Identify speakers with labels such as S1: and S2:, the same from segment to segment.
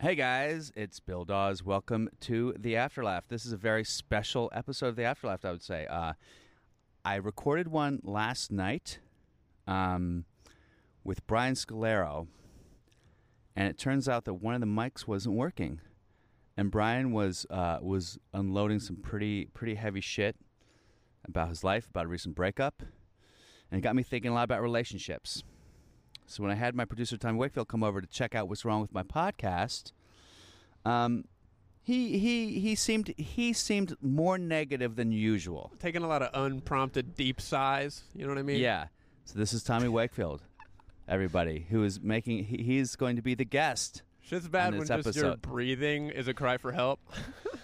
S1: Hey guys, it's Bill Dawes. Welcome to the Afterlaugh. This is a very special episode of the Afterlaugh, I would say. Uh, I recorded one last night um, with Brian Scalero, and it turns out that one of the mics wasn't working, and Brian was uh, was unloading some pretty pretty heavy shit about his life, about a recent breakup, and it got me thinking a lot about relationships. So when I had my producer Tom Wakefield come over to check out what's wrong with my podcast, um, he he he seemed he seemed more negative than usual.
S2: taking a lot of unprompted deep sighs. You know what I mean?
S1: Yeah. So this is Tommy Wakefield, everybody, who is making he, he's going to be the guest.
S2: Shit's bad
S1: On
S2: when
S1: this
S2: just your
S1: episode.
S2: breathing is a cry for help.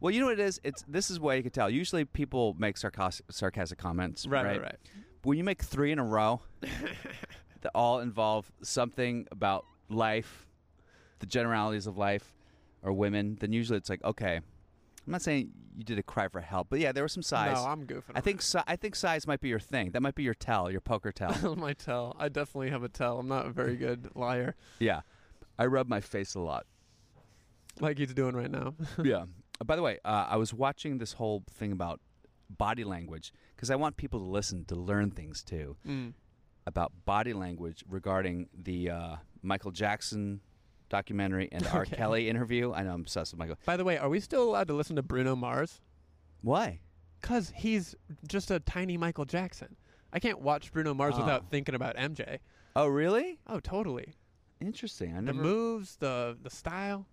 S1: Well, you know what it is. It's this is why you can tell. Usually people make sarcastic sarcastic comments, right?
S2: Right, right, right.
S1: But when you make three in a row, that all involve something about life, the generalities of life, or women, then usually it's like, okay, I'm not saying you did a cry for help, but yeah, there were some sighs.
S2: No, I'm goofing.
S1: I think si- I think size might be your thing. That might be your tell, your poker tell.
S2: around. my tell. I definitely have a tell. I'm not a very good liar,
S1: yeah, I rub my face a lot.
S2: like he's doing right now.
S1: yeah. Uh, By the way, uh, I was watching this whole thing about body language because I want people to listen to learn things too
S2: Mm.
S1: about body language regarding the uh, Michael Jackson documentary and the R. Kelly interview. I know I'm obsessed with Michael.
S2: By the way, are we still allowed to listen to Bruno Mars?
S1: Why?
S2: Cause he's just a tiny Michael Jackson. I can't watch Bruno Mars
S1: Oh.
S2: without thinking about MJ.
S1: Oh, really?
S2: Oh, totally.
S1: Interesting. I
S2: The
S1: never.
S2: moves, the the style.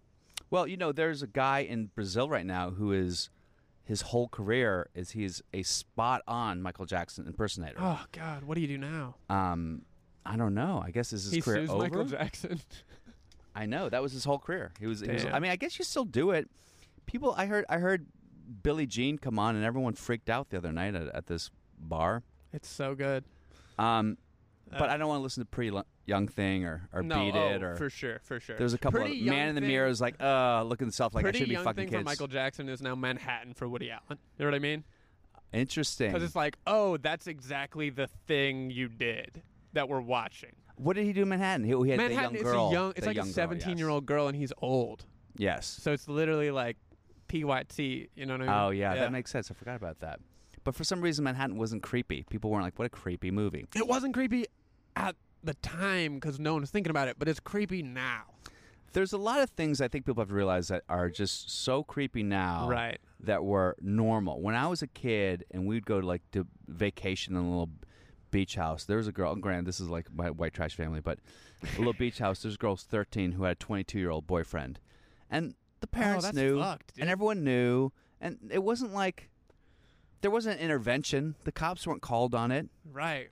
S1: well, you know, there's a guy in Brazil right now who is his whole career is he's a spot on Michael Jackson impersonator.
S2: Oh God, what do you do now?
S1: Um, I don't know. I guess this is
S2: he
S1: his career
S2: sues
S1: over.
S2: Michael Jackson.
S1: I know that was his whole career. He was. He was I
S2: Damn.
S1: mean, I guess you still do it. People, I heard. I heard Billie Jean come on, and everyone freaked out the other night at, at this bar.
S2: it's so good.
S1: Um, but
S2: Uh,
S1: I don't want to listen to Pretty Lo- Young Thing or, or
S2: no,
S1: Beat
S2: oh,
S1: It or.
S2: for sure, for sure.
S1: There's a couple
S2: Pretty
S1: of Man
S2: Young
S1: in the
S2: Thing-
S1: Mirror is like, uh, looking at himself like I
S2: pretty
S1: should be
S2: young
S1: fucking
S2: thing
S1: kids.
S2: for Michael Jackson is now Manhattan for Woody Allen. You know what I mean?
S1: Interesting.
S2: Because it's like, oh, that's exactly the thing you did that we're watching.
S1: what did he do in Manhattan? He, he had
S2: Manhattan
S1: the young
S2: is
S1: girl.
S2: a young. It's
S1: the
S2: like
S1: young
S2: a
S1: girl,
S2: 17 year old girl, and he's old.
S1: Yes. yes.
S2: So it's literally like PYT. You know what I mean?
S1: Oh yeah, that makes sense. I forgot about that. But for some reason, Manhattan wasn't creepy. People weren't like, "What a creepy movie."
S2: It wasn't creepy at the time because no one's thinking about it, but it's creepy now.
S1: There's a lot of things I think people have realized that are just so creepy now,
S2: Right.
S1: That were normal when I was a kid, and we'd go to like to vacation in a little beach house. There was a girl. and Granted, this is like my white trash family, but a little beach house. There's girls 13 who had a 22 year old boyfriend, and the parents
S2: Oh, that's
S1: knew,
S2: fucked, dude.
S1: and everyone knew, and it wasn't like there wasn't an intervention. The cops weren't called on it.
S2: Right.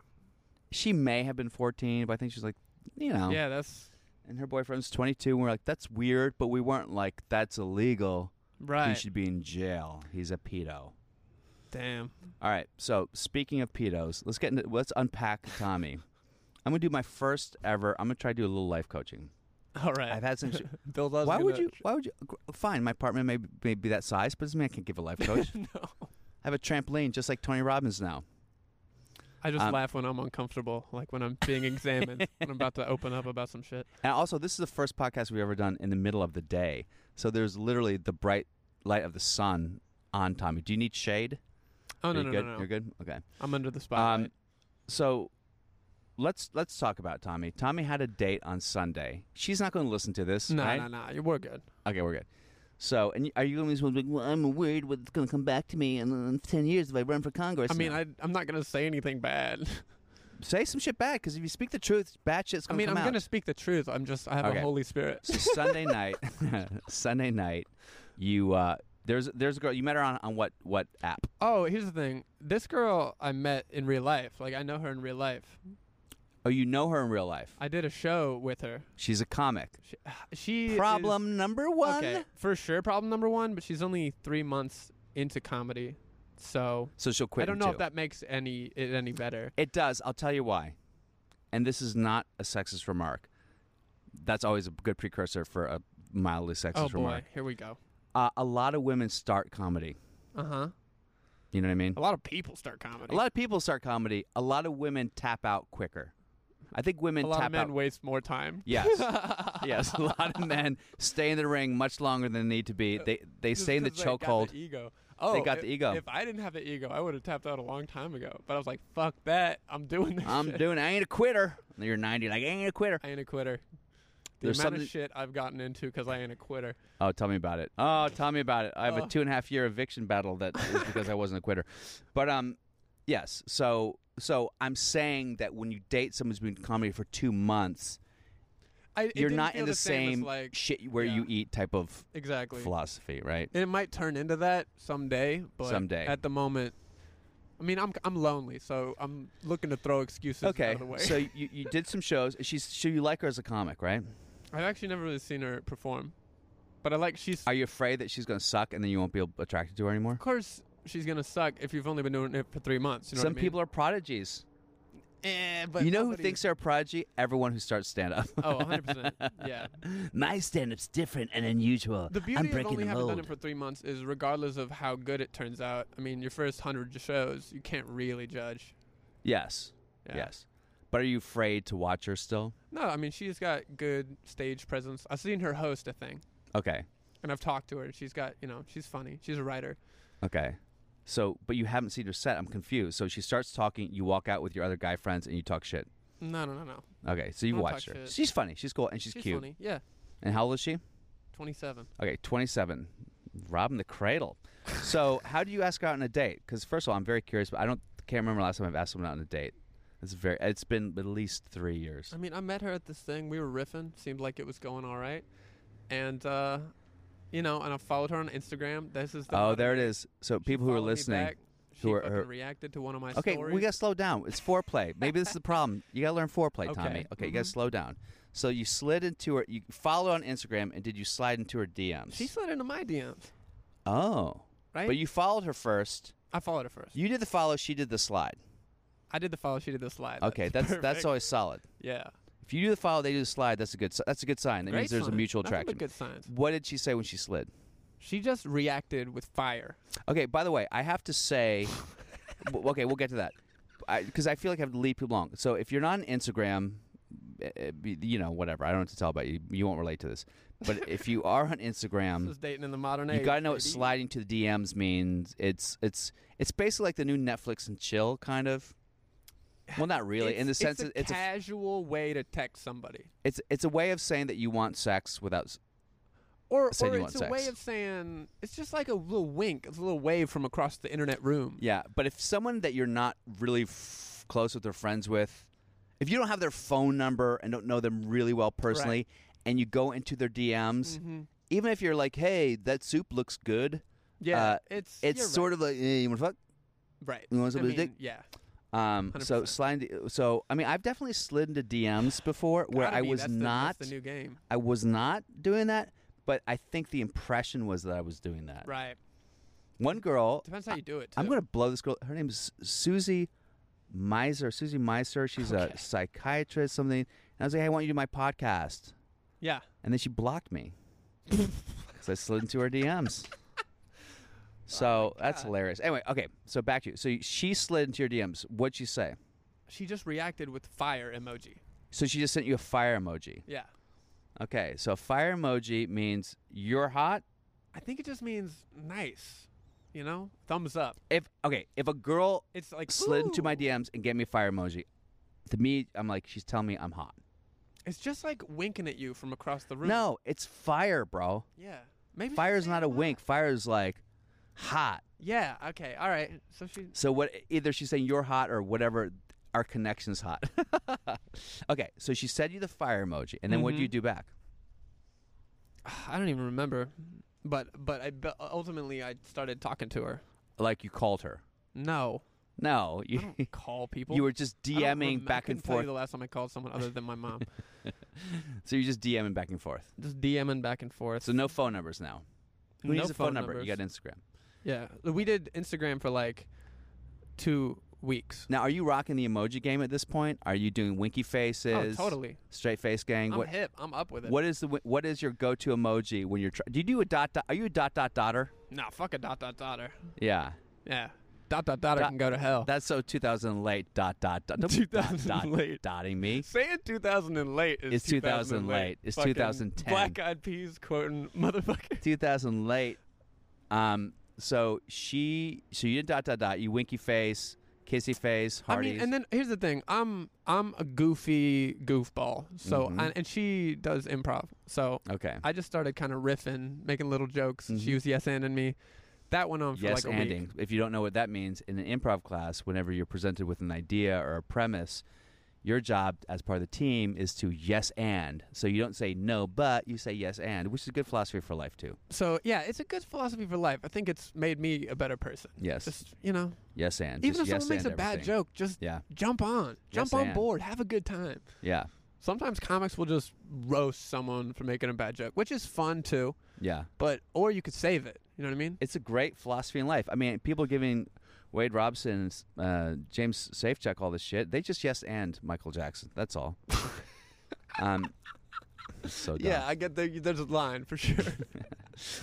S1: She may have been 14, but I think she's like, you know,
S2: Yeah. That's
S1: and her boyfriend's 22 and we're like that's weird but we weren't like that's illegal he
S2: right.
S1: should be in jail he's a pedo
S2: Damn.
S1: all right so speaking of pedos let's get into let's unpack tommy i'm gonna do my first ever i'm gonna try to do a little life coaching
S2: All right.
S1: i've had some sh-
S2: Bill Dawes is
S1: why would
S2: gonna-
S1: you why would you gr- fine my apartment may, may be that size but doesn't mean i can't give a life coach
S2: no.
S1: i have a trampoline just like tony robbins now
S2: I just
S1: Um,
S2: laugh when I'm uncomfortable, like when I'm being examined, when I'm about to open up about some shit.
S1: and also this is the first podcast we've ever done in the middle of the day so there's literally the bright light of the sun on tommy do you need shade
S2: Oh
S1: Are
S2: no
S1: you
S2: no,
S1: good?
S2: no no
S1: You're good. Okay.
S2: I'm under the spotlight.
S1: Um, so let's let's talk about Tommy. Tommy had a date on Sunday. She's not going to listen to this.
S2: no
S1: right?
S2: no no, you- we're good.
S1: Okay, we're good. So, and y- are you going to be like, well, I'm worried what's going to come back to me in, in ten years if I run for Congress?
S2: I mean,
S1: No.
S2: I, I'm not gonna say anything bad.
S1: say some shit bad because if you speak the truth, bad shit's
S2: I
S1: going
S2: mean,
S1: to
S2: I'm
S1: come out.
S2: gonna speak the truth. I'm just I have
S1: Okay.
S2: a Holy Spirit.
S1: so Sunday night, Sunday night, you uh, there's there's a girl you met her on on what what app?
S2: Oh, here's the thing. This girl I met in real life. Like I know her in real life.
S1: Oh, you know her in real life.
S2: I did a show with her.
S1: She's a comic.
S2: She, she is-
S1: Problem number one.
S2: Okay, for sure. Problem number one, but she's only three months into comedy. So
S1: So she'll quit.
S2: I don't
S1: in
S2: know
S1: two.
S2: if that makes any it any better.
S1: It does. I'll tell you why. And this is not a sexist remark. That's always a good precursor for a mildly sexist
S2: Oh boy,
S1: remark.
S2: here we go.
S1: Uh, a lot of women start comedy.
S2: Uh huh.
S1: You know what I mean?
S2: A lot of people start comedy.
S1: Uh-huh. A lot of people start comedy. A lot of women tap out quicker. I think women
S2: A lot
S1: tap
S2: of men
S1: out.
S2: waste more time.
S1: yes. yes. A lot of men stay in the ring much longer than they need to be. They they
S2: Just
S1: stay in the
S2: 'cause they got
S1: chokehold.
S2: Ego. Oh,
S1: got
S2: if,
S1: the ego.
S2: If I didn't have the ego, I would have tapped out a long time ago. But I was like, fuck that. I'm doing this.
S1: I'm
S2: shit.
S1: doing. I ain't a quitter. And You're 90. Like I ain't a quitter.
S2: I ain't a quitter. The
S1: There's
S2: amount
S1: something-
S2: of shit I've gotten into because I ain't a quitter.
S1: Oh, tell me about it. Oh, tell me about it. I have a
S2: Oh.
S1: two and a half year eviction battle that is because I wasn't a quitter. But um, yes. So so I'm saying that when you date someone who's been in comedy for two months,
S2: I, it
S1: you're
S2: didn't
S1: not
S2: feel
S1: in the,
S2: the same, as, like
S1: shit where
S2: yeah.
S1: you eat type of
S2: exactly.
S1: philosophy, right?
S2: And it might turn into that someday, but
S1: Someday.
S2: at the moment, I mean, I'm I'm lonely, so I'm looking to throw excuses out
S1: Okay.
S2: of the way.
S1: So you, you did some shows. She's she, you like her as a comic, right?
S2: I've actually never really seen her perform, but I like she's
S1: Are you afraid that she's gonna suck and then you won't be attracted to her anymore?
S2: of course she's gonna suck if you've only been doing it for three months. You know
S1: some people are prodigies.
S2: Eh, but
S1: you know who thinks they're a prodigy? Everyone who starts stand up.
S2: Oh, 100 percent. Yeah.
S1: My stand up's different and unusual.
S2: The beauty of only having done it for three months is, regardless of how good it turns out, I mean, your first hundred shows, you can't really judge.
S1: Yes.
S2: Yeah.
S1: Yes. But are you afraid to watch her still?
S2: No, I mean, she's got good stage presence. I've seen her host a thing.
S1: Okay.
S2: and I've talked to her. She's got, you know, she's funny. She's a writer.
S1: Okay. So, but you haven't seen her set. I'm confused. So she starts talking, you walk out with your other guy friends and you talk shit.
S2: No, no, no, no.
S1: Okay. So you've
S2: Don't
S1: watched her.
S2: talk shit.
S1: She's funny. She's cool and she's,
S2: She's
S1: cute.
S2: funny. Yeah,
S1: And how old is she?
S2: 27.
S1: Okay, 27. Robbing the cradle. So, how do you ask her out on a date? Because first of all, I'm very curious, but I don't can't remember last time I've asked someone out on a date. It's very. It's been at least three years.
S2: I mean, I met her at this thing. We were riffing. Seemed like it was going all right. And, uh, you know, and I followed her on Instagram. This is the
S1: oh,
S2: modern
S1: there it
S2: day.
S1: is. So
S2: She
S1: people who are
S2: followed me
S1: listening.
S2: back. She
S1: who are-
S2: fucking
S1: her-
S2: reacted to one of my
S1: Okay,
S2: stories.
S1: we gotta slow down. It's foreplay. Maybe this is the problem. You gotta learn foreplay,
S2: Okay,
S1: Tommy. Okay, you gotta
S2: mhm.
S1: slow down. So you slid into her. You follow on Instagram, and did you slide into her DMs?
S2: she slid into my DMs,
S1: oh,
S2: right?
S1: but you followed her first.
S2: I followed her first.
S1: You did the follow. She did the slide.
S2: I did the follow. She did the slide.
S1: Okay, that's that's,
S2: Uh, perfect.
S1: always solid.
S2: Yeah.
S1: If you do the follow, they do the slide. That's a good. si- That's a good sign. That
S2: Great
S1: means there's a
S2: sign.
S1: mutual
S2: Nothing but
S1: attraction.
S2: good signs.
S1: What did she say when she slid?
S2: She just reacted with fire.
S1: Okay. By the way, I have to say. w- okay, we'll get to that because I, feel like I have to lead people along. So if you're not on Instagram, eh, eh, be- you know whatever. I don't have to tell about you. You won't relate to this. But if you are on
S2: This
S1: Instagram,
S2: is dating in the modern
S1: Mm. you
S2: age.
S1: gotta know what
S2: baby.
S1: sliding to the DMs means. It's it's it's basically like the new Netflix and chill kind of. Well, not really. in the
S2: It's-
S1: sense,
S2: it's
S1: that
S2: a
S1: it's a,
S2: casual way to text somebody,
S1: it's it's a way of saying that you want sex without s-
S2: or, or it's
S1: Saying you
S2: a
S1: want
S2: way
S1: sex.
S2: of saying it's just like a little wink, it's a little wave from across the internet room.
S1: Yeah, but if someone that you're not really f- close with or friends with, if you don't have their phone number and don't know them really well personally, and you go into their DMs,
S2: Mm-hmm.
S1: even if you're like, "Hey, that soup looks good,"
S2: Yeah,
S1: uh,
S2: it's
S1: it's sort of like, eh, "You want to fuck?"
S2: of right.
S1: you want
S2: I
S1: somebody's
S2: mean,
S1: dick?
S2: Yeah,
S1: Um, so
S2: 100%.
S1: slide. So I mean, I've definitely slid into DMs before where
S2: Gotta
S1: I
S2: be,
S1: was
S2: that's the-
S1: not,
S2: that's the new game,
S1: I was not doing that, but I think the impression was that I was doing that.
S2: right?
S1: One girl,
S2: Depends how you do it. Too.
S1: I'm gonna blow this girl. Her name is Susie Miser. Susie Miser. She's
S2: Okay.
S1: a psychiatrist, something. And I was like, hey, I want you to do my podcast.
S2: Yeah,
S1: And then she blocked me because I slid into her DMs. So that's
S2: Oh God.
S1: hilarious. Anyway, okay. So back to you. So she slid into your DMs. What'd she say?
S2: she just reacted with fire emoji.
S1: So she just sent you a fire emoji.
S2: Yeah,
S1: Okay. So fire emoji means you're hot.
S2: I think it just means nice. You know, thumbs up.
S1: If okay, if a girl
S2: It's like
S1: slid into my
S2: "Ooh."
S1: DMs and gave me a fire emoji, to me, I'm like, she's telling me I'm hot.
S2: It's just like winking at you from across the room.
S1: No, it's fire, bro.
S2: Yeah. Maybe she's
S1: Fire's
S2: saying
S1: not a
S2: hot.
S1: wink. Fire is like hot.
S2: Yeah. Okay. All right. So she.
S1: So what? Either she's saying you're hot or whatever. Our connection's hot. okay, so she said you the fire emoji, and then what do you
S2: Mhm.
S1: do back?
S2: I don't even remember, but but I bu- ultimately I started talking to her.
S1: Like you called her?
S2: No,
S1: No,
S2: I
S1: you
S2: don't call people.
S1: you were just
S2: I don't
S1: DMing
S2: rem-
S1: back
S2: I couldn't
S1: and
S2: tell you
S1: forth.
S2: the last time I called someone other than my mom,
S1: So you're just DMing back and forth.
S2: just DMing back and forth.
S1: So no phone numbers now. Who
S2: No
S1: needs a phone,
S2: phone
S1: number? You got
S2: numbers.
S1: Instagram.
S2: Yeah, we did Instagram for like two weeks.
S1: Now, are you rocking the emoji game at this point? Are you doing winky faces?
S2: Oh, totally.
S1: Straight face gang.
S2: I'm
S1: what
S2: hip. I'm up with it.
S1: what is the wi- what is your go to emoji when you're? Tr- do you do a dot dot? Are you a dot dot dotter?
S2: Nah, fuck a dot dot dotter.
S1: Yeah,
S2: Yeah, dot dot dotter
S1: Dot-
S2: can go to hell.
S1: that's so 2000 and late. Dot dot dot. Don't be dot,
S2: 2000
S1: dot,
S2: and late.
S1: Dotting me.
S2: Saying 2000 and late is
S1: It's 2000 and late. It's
S2: Fucking
S1: 2010.
S2: Black Eyed Peas quoting motherfucker.
S1: 2000 late. Um. So she. So you did dot dot dot. You winky face, kissy face,
S2: I
S1: Hardee's.
S2: mean, and then here's the thing. I'm I'm a goofy goofball. So
S1: Mhm.
S2: and, and she does improv. So
S1: okay. Mm-hmm.
S2: I just started kind of riffing, making little jokes. She was yes and and me. That went on for
S1: yes
S2: like a
S1: anding.
S2: week.
S1: If you don't know what that means, in an improv class, whenever you're presented with an idea or a premise, your job as part of the team is to yes and. So you don't say no, but you say yes and, which is a good philosophy for life too.
S2: So yeah, it's a good philosophy for life. I think it's made me a better person.
S1: Yes,
S2: Just you know,
S1: yes and.
S2: even
S1: Just
S2: if
S1: yes
S2: someone makes a
S1: and
S2: bad
S1: everything.
S2: joke, just
S1: Yeah,
S2: jump on, jump
S1: Yes
S2: on
S1: and.
S2: board, have a good time.
S1: yeah,
S2: Sometimes comics will just roast someone for making a bad joke, which is fun too.
S1: yeah.
S2: But or you could save it. You know what I mean?
S1: It's a great philosophy in life. I mean, people giving Wade Robson, uh, James Safecheck all this shit. They just yes and Michael Jackson. That's all. um, so dumb.
S2: Yeah, I get there. There's a line for sure.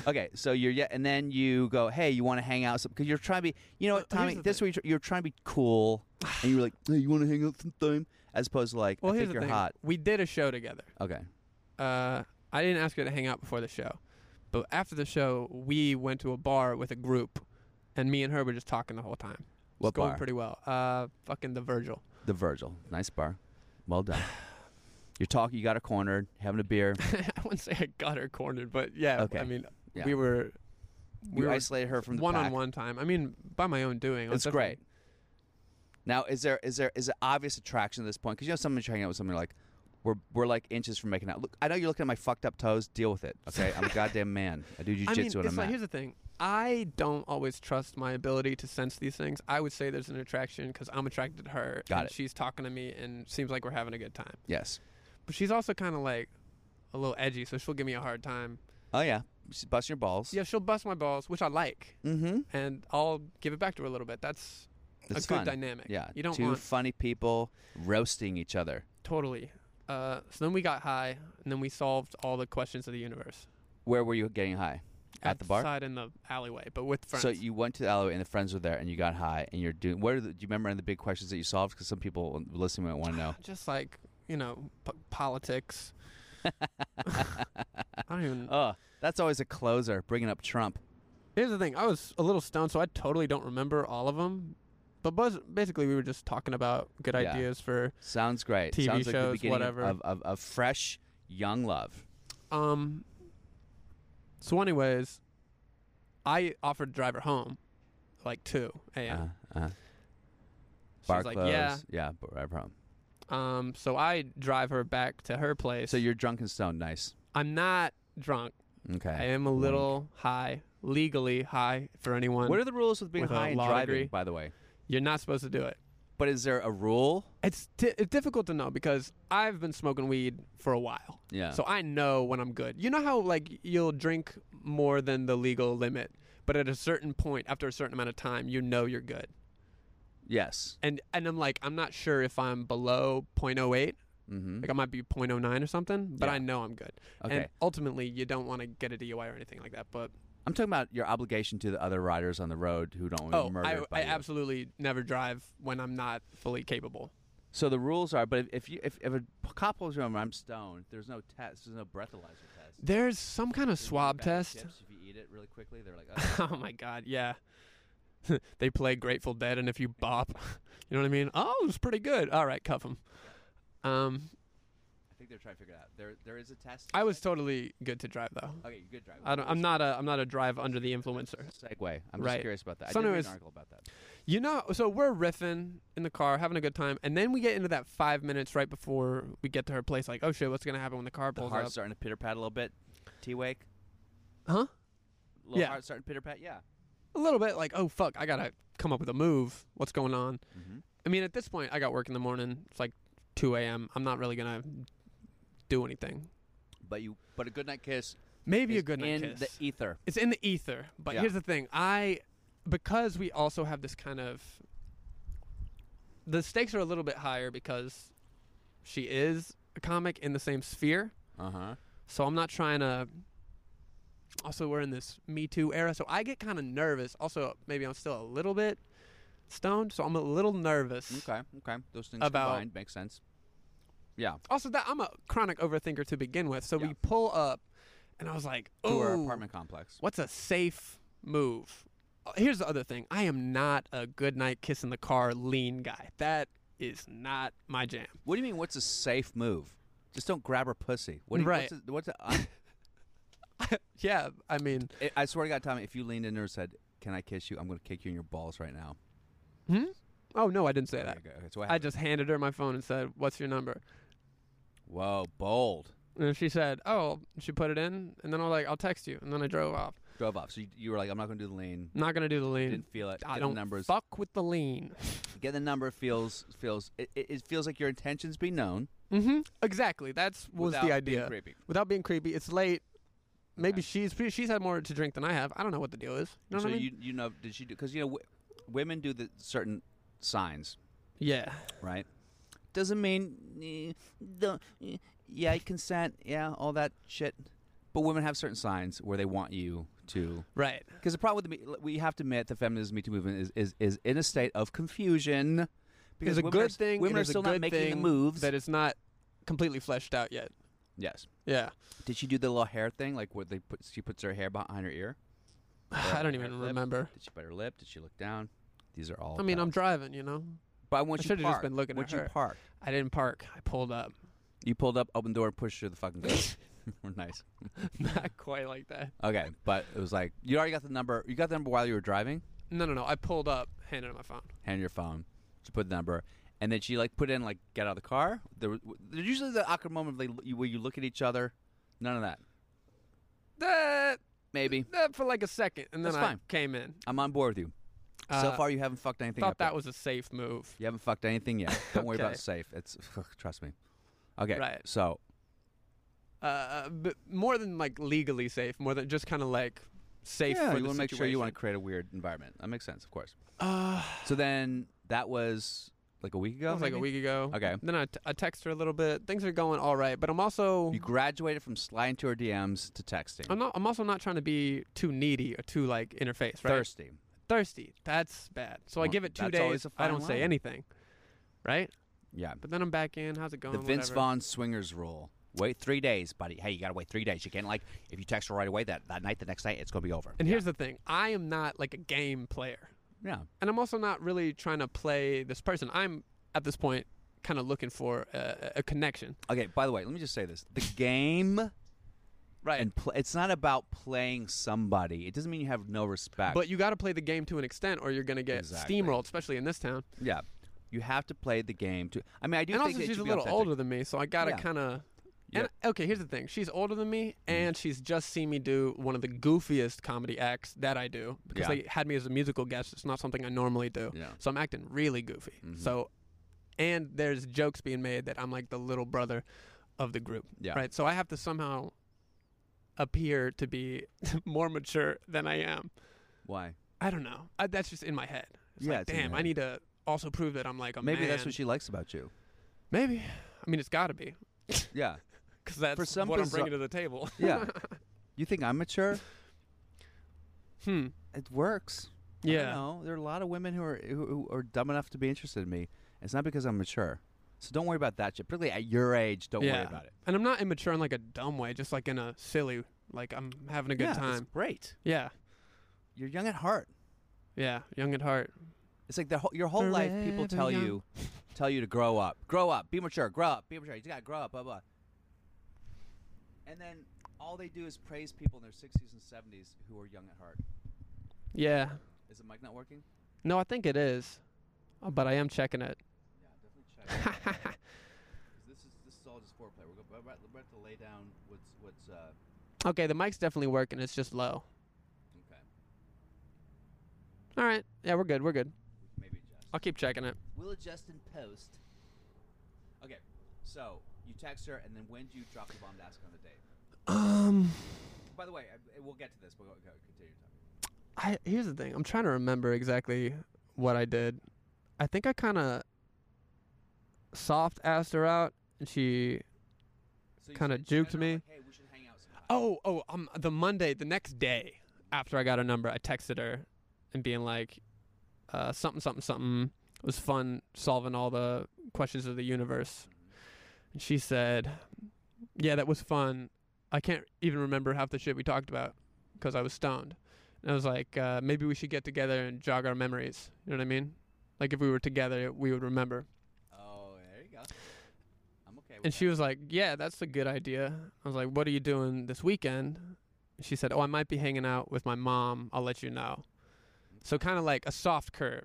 S1: Okay, so you're yeah, and then you go, hey, you want to hang out? Because you're trying to be, you know,
S2: Well,
S1: what, Tommy,
S2: here's the
S1: this way you're, you're trying to be cool, and you're like, hey, you want to hang out sometime? As opposed to like,
S2: well,
S1: I
S2: here's
S1: think
S2: the
S1: you're
S2: thing.
S1: hot.
S2: We did a show together.
S1: Okay,
S2: Uh, I didn't ask her to hang out before the show, but after the show, we went to a bar with a group, and me and her were just talking the whole time.
S1: What
S2: it's going
S1: bar?
S2: pretty well. Uh, fucking the Virgil.
S1: the Virgil, nice bar, well done. you're talking, you got her cornered, having a beer.
S2: I wouldn't say I got her cornered, but yeah.
S1: Okay.
S2: I mean,
S1: Yeah.
S2: we were
S1: You
S2: We were
S1: isolate her from the
S2: one
S1: pack.
S2: on one time. I mean, by my own doing. I was
S1: It's
S2: definitely-
S1: great. Now, is there is there is there obvious attraction at this point? Because you know, someone's hanging out with someone you're like. We're, we're like inches from making out. Look, I know you're looking at my fucked up toes. Deal with it, okay? I'm a goddamn man. I do
S2: I
S1: jujitsu
S2: mean,
S1: when
S2: it's
S1: I'm
S2: like,
S1: at.
S2: here's the thing. I don't always trust my ability to sense these things. I would say there's an attraction because I'm attracted to her.
S1: Got
S2: and
S1: it.
S2: She's talking to me and seems like we're having a good time.
S1: Yes.
S2: But she's also kind of like a little edgy, so she'll give me a hard time.
S1: Oh yeah, she's busting your balls.
S2: Yeah, she'll bust my balls, which I like,
S1: Mm-hmm.
S2: and I'll give it back to her a little bit. That's
S1: It's
S2: a good
S1: fun.
S2: dynamic.
S1: Yeah.
S2: you don't
S1: two
S2: want
S1: funny people roasting each other.
S2: totally. Uh, so then we got high, and then we solved all the questions of the universe
S1: Where were you getting high? At the bar.
S2: outside in the alleyway, but with friends.
S1: So you went to the alley and the friends were there, and you got high, and you're doing. What are the, do you remember? Any of the big questions that you solved? Because some people listening might want to know.
S2: just like you know p- politics. I don't even.
S1: Oh, that's always a closer, bringing up Trump.
S2: Here's the thing: I was a little stoned, so I totally don't remember all of them. But buzz, basically, we were just talking about good
S1: Yeah.
S2: ideas for.
S1: Sounds great.
S2: TV
S1: Sounds like the
S2: shows,
S1: beginning of-
S2: whatever.
S1: Of, of, of fresh young love.
S2: Um. So, anyways, I offered to drive her home, like two a.m.
S1: Uh, uh,
S2: She
S1: bar
S2: was like,
S1: clothes.
S2: "Yeah."
S1: yeah, but right from.
S2: Um. So I drive her back to her place.
S1: So you're drunk and stoned. Nice.
S2: I'm not drunk.
S1: Okay.
S2: I am a
S1: Wink.
S2: little high, legally high for anyone.
S1: Mm. What are the rules with being
S2: with a
S1: high and
S2: law
S1: driving?
S2: degree.
S1: By the way,
S2: You're not supposed to do it.
S1: but is there a rule?
S2: It's di- it's difficult to know because I've been smoking weed for a while.
S1: Yeah.
S2: So I know when I'm good. You know how like you'll drink more than the legal limit, but at a certain point after a certain amount of time, you know you're good.
S1: yes.
S2: And and I'm like I'm not sure if I'm below 0.08,
S1: Mm-hmm.
S2: like I might be 0.09 or something, but
S1: Yeah.
S2: I know I'm good.
S1: Okay.
S2: And ultimately, you don't want to get a DUI or anything like that, but
S1: I'm talking about your obligation to the other riders on the road who don't want to
S2: oh,
S1: be
S2: I,
S1: murdered by
S2: I
S1: you.
S2: absolutely never drive when I'm not fully capable.
S1: so the rules are, but if, if you if, if a p- cop pulls you over, I'm stoned. There's no test. There's no breathalyzer test.
S2: There's some kind of
S1: There's no
S2: swab
S1: bag of
S2: test.
S1: chips if you eat it really quickly, they're like, "Oh."
S2: oh my god, yeah. they play Grateful Dead, and if you bop, you know what I mean. Oh, it's pretty good. All right, cuff him. Um,
S1: I think they're trying to figure it out. There there is a test.
S2: I was totally good to drive though.
S1: okay. You good driver.
S2: I don't, I'm not a I'm not a drive under the influencer.
S1: Segway. I'm just
S2: Right.
S1: curious about that.
S2: So
S1: I did read
S2: anyways-
S1: an article about that.
S2: You know, so we're riffing in the car, having a good time, and then we get into that five minutes right before we get to her place. Like, oh shit, what's gonna happen when the car
S1: The
S2: pulls
S1: heart's
S2: up?
S1: starting to pitter pat a little bit. T wake.
S2: Huh?
S1: Little
S2: Yeah.
S1: heart starting to pitter pat. Yeah.
S2: A little bit. Like, oh fuck, I gotta come up with a move. What's going on?
S1: Mm-hmm.
S2: I mean, at this point, I got work in the morning. It's like 2 a.m. I'm not really gonna do anything.
S1: But you but a good night kiss.
S2: Maybe
S1: is
S2: a good night
S1: in
S2: kiss.
S1: the ether.
S2: it's in the ether, but
S1: Yeah.
S2: here's the thing: I because we also have this kind of the stakes are a little bit higher because she is a comic in the same sphere.
S1: Uh huh.
S2: So I'm not trying to. Also, we're in this Me Too era, so I get kind of nervous. Also, maybe I'm still a little bit stoned, so I'm a little nervous.
S1: Okay. Okay. Those things
S2: About-
S1: combined make sense. Yeah.
S2: Also, that I'm a chronic overthinker to begin with, so
S1: Yeah.
S2: we pull up, and I was like,
S1: To
S2: "Oh,
S1: her apartment complex.
S2: what's a safe move?" Uh, Here's the other thing: I am not a good night kiss in the car lean guy. That is not my jam.
S1: What do you mean? What's a safe move? Just don't grab her pussy. What do you,
S2: Right.
S1: What's a, what's a, I-
S2: yeah, I mean,
S1: I- I swear to God, Tommy, if you leaned in there and said, "Can I kiss you?" I'm going to kick you in your balls right now.
S2: hmm? oh no, I didn't say that.
S1: Okay, okay, so
S2: I
S1: happened?
S2: just handed her my phone and said, "What's your number?"
S1: Whoa, bold.
S2: And she said, "Oh," she put it in, and then I was like, "I'll text you," and then I drove off.
S1: Drove off. So you, you were like, "I'm not going to do the lean."
S2: Not gonna do the lean.
S1: Didn't feel it.
S2: Mm-hmm. I
S1: Get
S2: don't
S1: the numbers.
S2: fuck with the lean.
S1: Get the number. Feels feels. It, it, it feels like your intentions be known.
S2: Mm-hmm. Exactly. That's was
S1: without
S2: the
S1: being
S2: idea.
S1: creepy.
S2: Without being creepy, it's late. Maybe
S1: Okay.
S2: she's pre- she's had more to drink than I have. I don't know what the deal is. You know
S1: so
S2: what I mean?
S1: you you know did she do because you know w- women do the certain signs
S2: yeah.
S1: right doesn't mean eh, don't- eh, yeah consent yeah all that shit but women have certain signs where they want you to
S2: Right.
S1: because the problem with the Me- we have to admit the feminism Me Too movement is is, is in a state of confusion because
S2: It's a
S1: women
S2: good
S1: are, s-
S2: thing.
S1: women
S2: it
S1: are
S2: is a
S1: still not
S2: good
S1: making the
S2: thing
S1: moves
S2: That it's not completely fleshed out yet.
S1: yes
S2: Yeah.
S1: did she do the little hair thing like where they put she puts her hair behind her ear
S2: I don't
S1: Her
S2: even
S1: lip?
S2: remember.
S1: did she bite her lip did she look down these are all
S2: I mean, I'm
S1: valid.
S2: driving. You know.
S1: but once
S2: I
S1: you
S2: should've just
S1: park-
S2: been looking at
S1: once
S2: her.
S1: you park
S2: I didn't park. I pulled up.
S1: You pulled up, opened the door, and pushed her the fucking ghost. nice.
S2: not quite like that.
S1: Okay, but it was like you already got the number. You got the number while you were driving.
S2: No, no, no. I pulled up, handed her my phone.
S1: Hand your phone. She put the number, and then she like put in like get out of the car. There, was- there's usually the awkward moment of, like, you- where you look at each other. None of that.
S2: That,
S1: Maybe
S2: that Uh, for like a second, and then
S1: That's
S2: I
S1: fine.
S2: came in.
S1: I'm on board with you. so
S2: Uh,
S1: far, you haven't fucked anything.
S2: Thought
S1: up
S2: that
S1: yet.
S2: was a safe move.
S1: You haven't fucked anything yet. Don't worry about
S2: Okay.
S1: safe. It's trust me. Okay.
S2: Right.
S1: So
S2: Uh, but more than like legally safe, more than just kind of like safe.
S1: yeah,
S2: for
S1: you
S2: the
S1: wanna make sure you want to
S2: situation.
S1: create a weird environment. That makes sense, of course.
S2: Uh,
S1: So then that was like a week ago.
S2: that was like a
S1: maybe?
S2: week ago.
S1: Okay.
S2: Then I, t- I text her a little bit. Things are going all right, but I'm also
S1: You graduated from sliding to her DMs to texting.
S2: I'm not I'm also not trying to be too needy or too like in her face. Right.
S1: Thirsty.
S2: Thirsty. That's bad. So I
S1: Well,
S2: give it two
S1: that's always
S2: days.
S1: a
S2: I don't
S1: fine
S2: say
S1: line.
S2: anything. Right.
S1: Yeah.
S2: But then I'm back in. How's it going?
S1: The Vince
S2: Oh, Whatever.
S1: Vaughn swingers rule. Wait three days, buddy. Hey, you gotta wait three days. You can't like if you text her right away that, that night, the next night, it's gonna be over.
S2: And
S1: yeah.
S2: here's the thing. I am not like a game player.
S1: yeah.
S2: and I'm also not really trying to play this person. I'm at this point kind of looking for a, a connection.
S1: Okay. By the way, let me just say this: the game
S2: Right.
S1: and pl- it's not about playing somebody. It doesn't mean you have no respect.
S2: but you got to play the game to an extent, or you're going to get
S1: Exactly.
S2: steamrolled, especially in this town.
S1: yeah, you have to play the game to. I mean, I do
S2: and
S1: think
S2: also,
S1: that it
S2: she's a
S1: should be
S2: little
S1: authentic.
S2: older than me, so I got to
S1: Yeah. Mm-hmm.
S2: kind of.
S1: Yeah.
S2: And okay, here's the thing: she's older than me, and she's just seen me do one of the goofiest comedy acts that I do because
S1: Yeah.
S2: they had me as a musical guest. It's not something I normally do,
S1: Yeah. Mm-hmm.
S2: so I'm acting really goofy. So, and there's jokes being made that I'm like the little brother of the group.
S1: Yeah.
S2: Right. So I have to somehow appear to be more mature than I am.
S1: Why?
S2: I don't know. I, that's just in my head. It's
S1: Yeah,
S2: like,
S1: it's in your
S2: damn, I
S1: head.
S2: need to also prove that I'm like a
S1: Maybe
S2: man.
S1: that's what she likes about you.
S2: Maybe. I mean, it's got to be
S1: Yeah.
S2: because that's
S1: For some
S2: what
S1: bizar-
S2: I'm bringing to the table.
S1: Yeah. you think I'm mature?
S2: hmm.
S1: It works. I don't
S2: Yeah.
S1: know. There are a lot of women who are who, who are dumb enough to be interested in me. It's not because I'm mature. So don't worry about that shit. Particularly at your age, don't
S2: yeah.
S1: worry about it.
S2: And I'm not immature in like a dumb way, just like in a silly, like I'm having a good
S1: yeah, It's
S2: time.
S1: great.
S2: Yeah.
S1: You're young at heart.
S2: Yeah. Young at heart.
S1: It's like the whole, your whole life people
S2: Forever
S1: tell
S2: young.
S1: you tell you to grow up. Grow up. Be mature. Grow up. Be mature. You gotta grow up, blah blah. And then all they do is praise people in their sixties and seventies who are young at heart.
S2: Yeah.
S1: Is the mic not working?
S2: No, I think it is, oh, but I am checking it.
S1: Yeah, definitely check. 'Cause this is this is all just foreplay. We're going we're about to lay down what's what's uh
S2: okay, the mic's definitely working. It's just low.
S1: okay.
S2: All right. Yeah, we're good. We're good.
S1: Maybe adjust.
S2: I'll keep checking it.
S1: We'll adjust in post. Okay, so you text her, and then when do you drop the bomb to ask her on the date?
S2: Um,
S1: By the way, I, we'll get to this, but go, go, continue talking.
S2: I here's the thing. I'm trying to remember exactly what I did. I think I kind of soft assed her out, and she.
S1: So you
S2: kinda
S1: said- so you
S2: juked
S1: guys were
S2: me.
S1: like, "Hey, we should hang out sometime."
S2: Oh, oh, um, the Monday, the next day after I got her number, I texted her, and being like, uh, something, something, something. It was fun solving all the questions of the universe. And she said, "Yeah, that was fun. I can't even remember half the shit we talked about because I was stoned." And I was like, uh, "Maybe we should get together and jog our memories." You know what I mean? Like if we were together, we would remember.
S1: Oh, there you go. I'm okay. With
S2: And
S1: that.
S2: she was like, "Yeah, that's a good idea." I was like, "What are you doing this weekend?" She said, "Oh, I might be hanging out with my mom. I'll let you know." So kind of like a soft curve.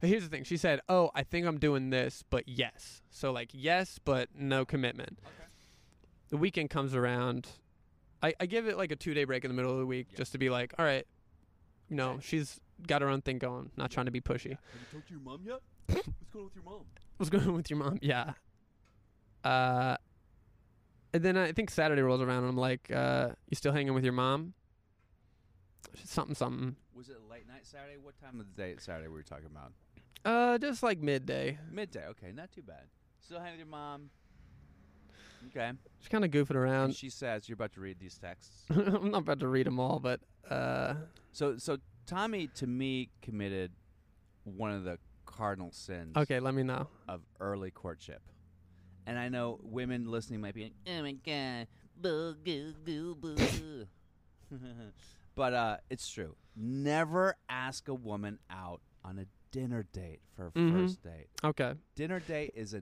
S2: But here's the thing. She said, "Oh, I think I'm doing this, but yes." So like yes, but no commitment. The weekend comes around. I, I give it like a two day break in the middle of the week just to be like, all right, you know, she's got her own thing going. Not trying to be pushy.
S1: Have you talked to your mom yet? What's going on with your mom?
S2: What's going on with your mom? Yeah. Uh, and then I think Saturday rolls around, and I'm like, uh, "You still hanging with your mom?" She's Something, something.
S1: Was it late night Saturday? What time of the day Saturday were we talking about?
S2: Uh, just like midday.
S1: Midday. Okay, not too bad. Still hanging with your mom. Okay.
S2: She's kind of goofing
S1: And
S2: around.
S1: she says you're about to read these texts.
S2: I'm not about to read them all, but uh,
S1: So, so Tommy to me committed one of the cardinal sins
S2: okay, let me know.
S1: of early courtship. And I know women listening might be like, "Oh my god, boo goo goo boo." but uh, it's true. Never ask a woman out on a dinner date for a
S2: Mhm.
S1: first date.
S2: Okay.
S1: Dinner date is a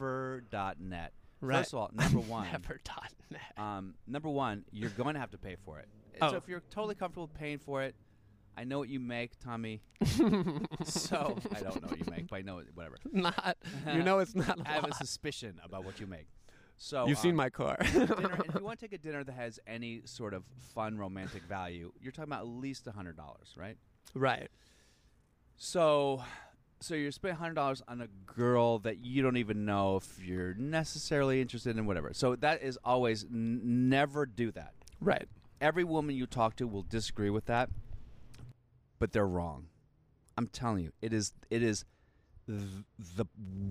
S1: never.net.
S2: Right.
S1: First of all, number one,
S2: Never dot net.
S1: um, number one, you're going to have to pay for it.
S2: Oh.
S1: So if you're totally comfortable paying for it, I know what you make, Tommy. so I don't know what you make, but I know it, whatever.
S2: Not. You know, it's not.
S1: I
S2: A
S1: have a
S2: lot.
S1: suspicion about what you make. So
S2: You've seen
S1: um,
S2: my car.
S1: dinner, if you want to take a dinner that has any sort of fun romantic value, you're talking about at least hundred dollars, right?
S2: right.
S1: So, so you're spending hundred dollars on a girl that you don't even know if you're necessarily interested in, whatever. So that is always n- never do that.
S2: Right.
S1: Every woman you talk to will disagree with that, but they're wrong. I'm telling you, it is it is th- the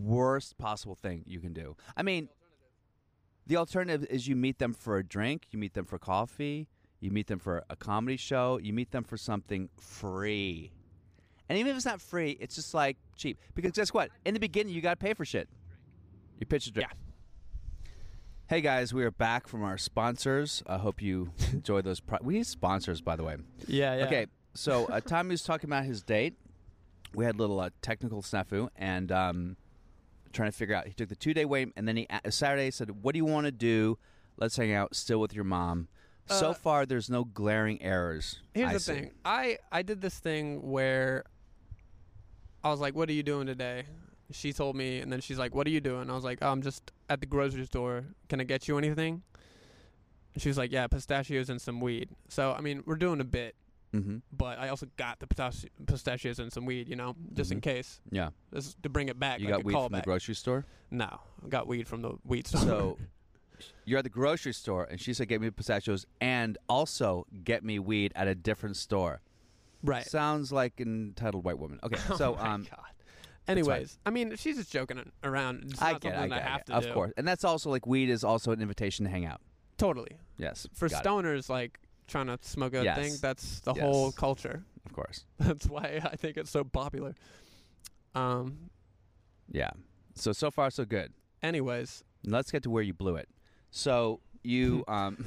S1: worst possible thing you can do. I mean, the alternative is you meet them for a drink, you meet them for coffee, you meet them for a comedy show, you meet them for something free. And even if it's not free, it's just like cheap. Because guess what? In the beginning, you got to pay for shit. You pitch a drink.
S2: Yeah.
S1: Hey guys, we are back from our sponsors. I hope you enjoy those. Pro- we need sponsors, by the way.
S2: Yeah. yeah.
S1: Okay, so uh, Tommy was talking about his date. We had a little uh, technical snafu and um, trying to figure out. He took the two day wait, and then he a- Saturday said, "What do you want to do? Let's hang out still with your mom." so
S2: Uh,
S1: far, there's no glaring errors.
S2: Here's
S1: I
S2: the
S1: see.
S2: thing. I I did this thing where I was like, "What are you doing today?" She told me, and then she's like, "What are you doing?" I was like, oh, "I'm just at the grocery store. Can I get you anything?" And she was like, "Yeah, pistachios and some weed." So I mean, we're doing a bit,
S1: Mhm.
S2: but I also got the pistachi- pistachios and some weed, you know, just in
S1: Mhm.
S2: case,
S1: Yeah,
S2: just to bring it back.
S1: you
S2: like
S1: got
S2: a
S1: weed from the
S2: callback.
S1: grocery store.
S2: No, I got weed from the weed store.
S1: So you're at the grocery store, and she said, "Get me pistachios, and also get me weed at a different store."
S2: right.
S1: Sounds like an entitled white woman. Okay, so
S2: oh my
S1: um,
S2: God. Anyways, I mean, she's just joking around. It's
S1: I
S2: not
S1: get, it, I
S2: something
S1: get,
S2: I
S1: it, I
S2: have
S1: get
S2: to
S1: it. of
S2: do.
S1: course, and that's also like weed is also an invitation to hang out.
S2: Totally.
S1: Yes,
S2: for
S1: got it.
S2: stoners like trying to smoke a
S1: Yes.
S2: thing that's the whole
S1: Yes.
S2: culture
S1: of course,
S2: that's why i think it's so popular um
S1: yeah. So so far so good.
S2: anyways
S1: Let's get to where you blew it. So you um,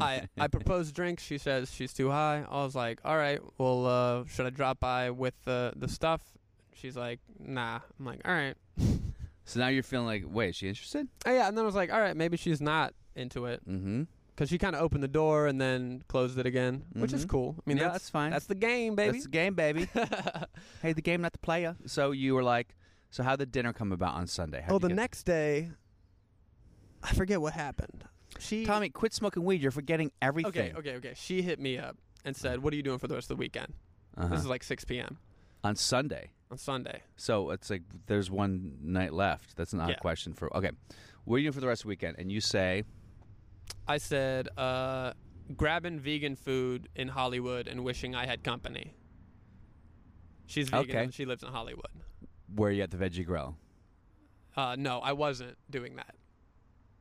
S2: i i proposed drinks she says she's too high i was like all right well uh should i drop by with the the stuff she's like nah i'm like all right
S1: so now you're feeling like, wait, is she interested?
S2: oh, yeah and then i was like all right maybe she's not into it
S1: Mm-hmm.
S2: because she kind of opened the door and then closed it again which is
S1: Mhm.
S2: cool i mean
S1: yeah, that's,
S2: that's
S1: fine.
S2: that's the game baby
S1: That's the game, baby. hey, the game, not the player. So you were like, so how the dinner come about on Sunday? How'd
S2: oh
S1: you
S2: the
S1: get-
S2: next day i forget what happened she
S1: Tommy, quit smoking weed. You're forgetting everything.
S2: Okay, okay, okay. She hit me up and said, "What are you doing for the rest of the weekend?"
S1: Uh-huh.
S2: This is like 6 p.m.
S1: on Sunday.
S2: on Sunday.
S1: So it's like there's one night left. That's an odd
S2: Yeah.
S1: question for. Okay, what are you doing for the rest of the weekend? And you say,
S2: I said, uh, grabbing vegan food in Hollywood and wishing I had company. She's vegan
S1: Okay.
S2: and she lives in Hollywood.
S1: Were you at the Veggie Grill?
S2: Uh, no, I wasn't doing that.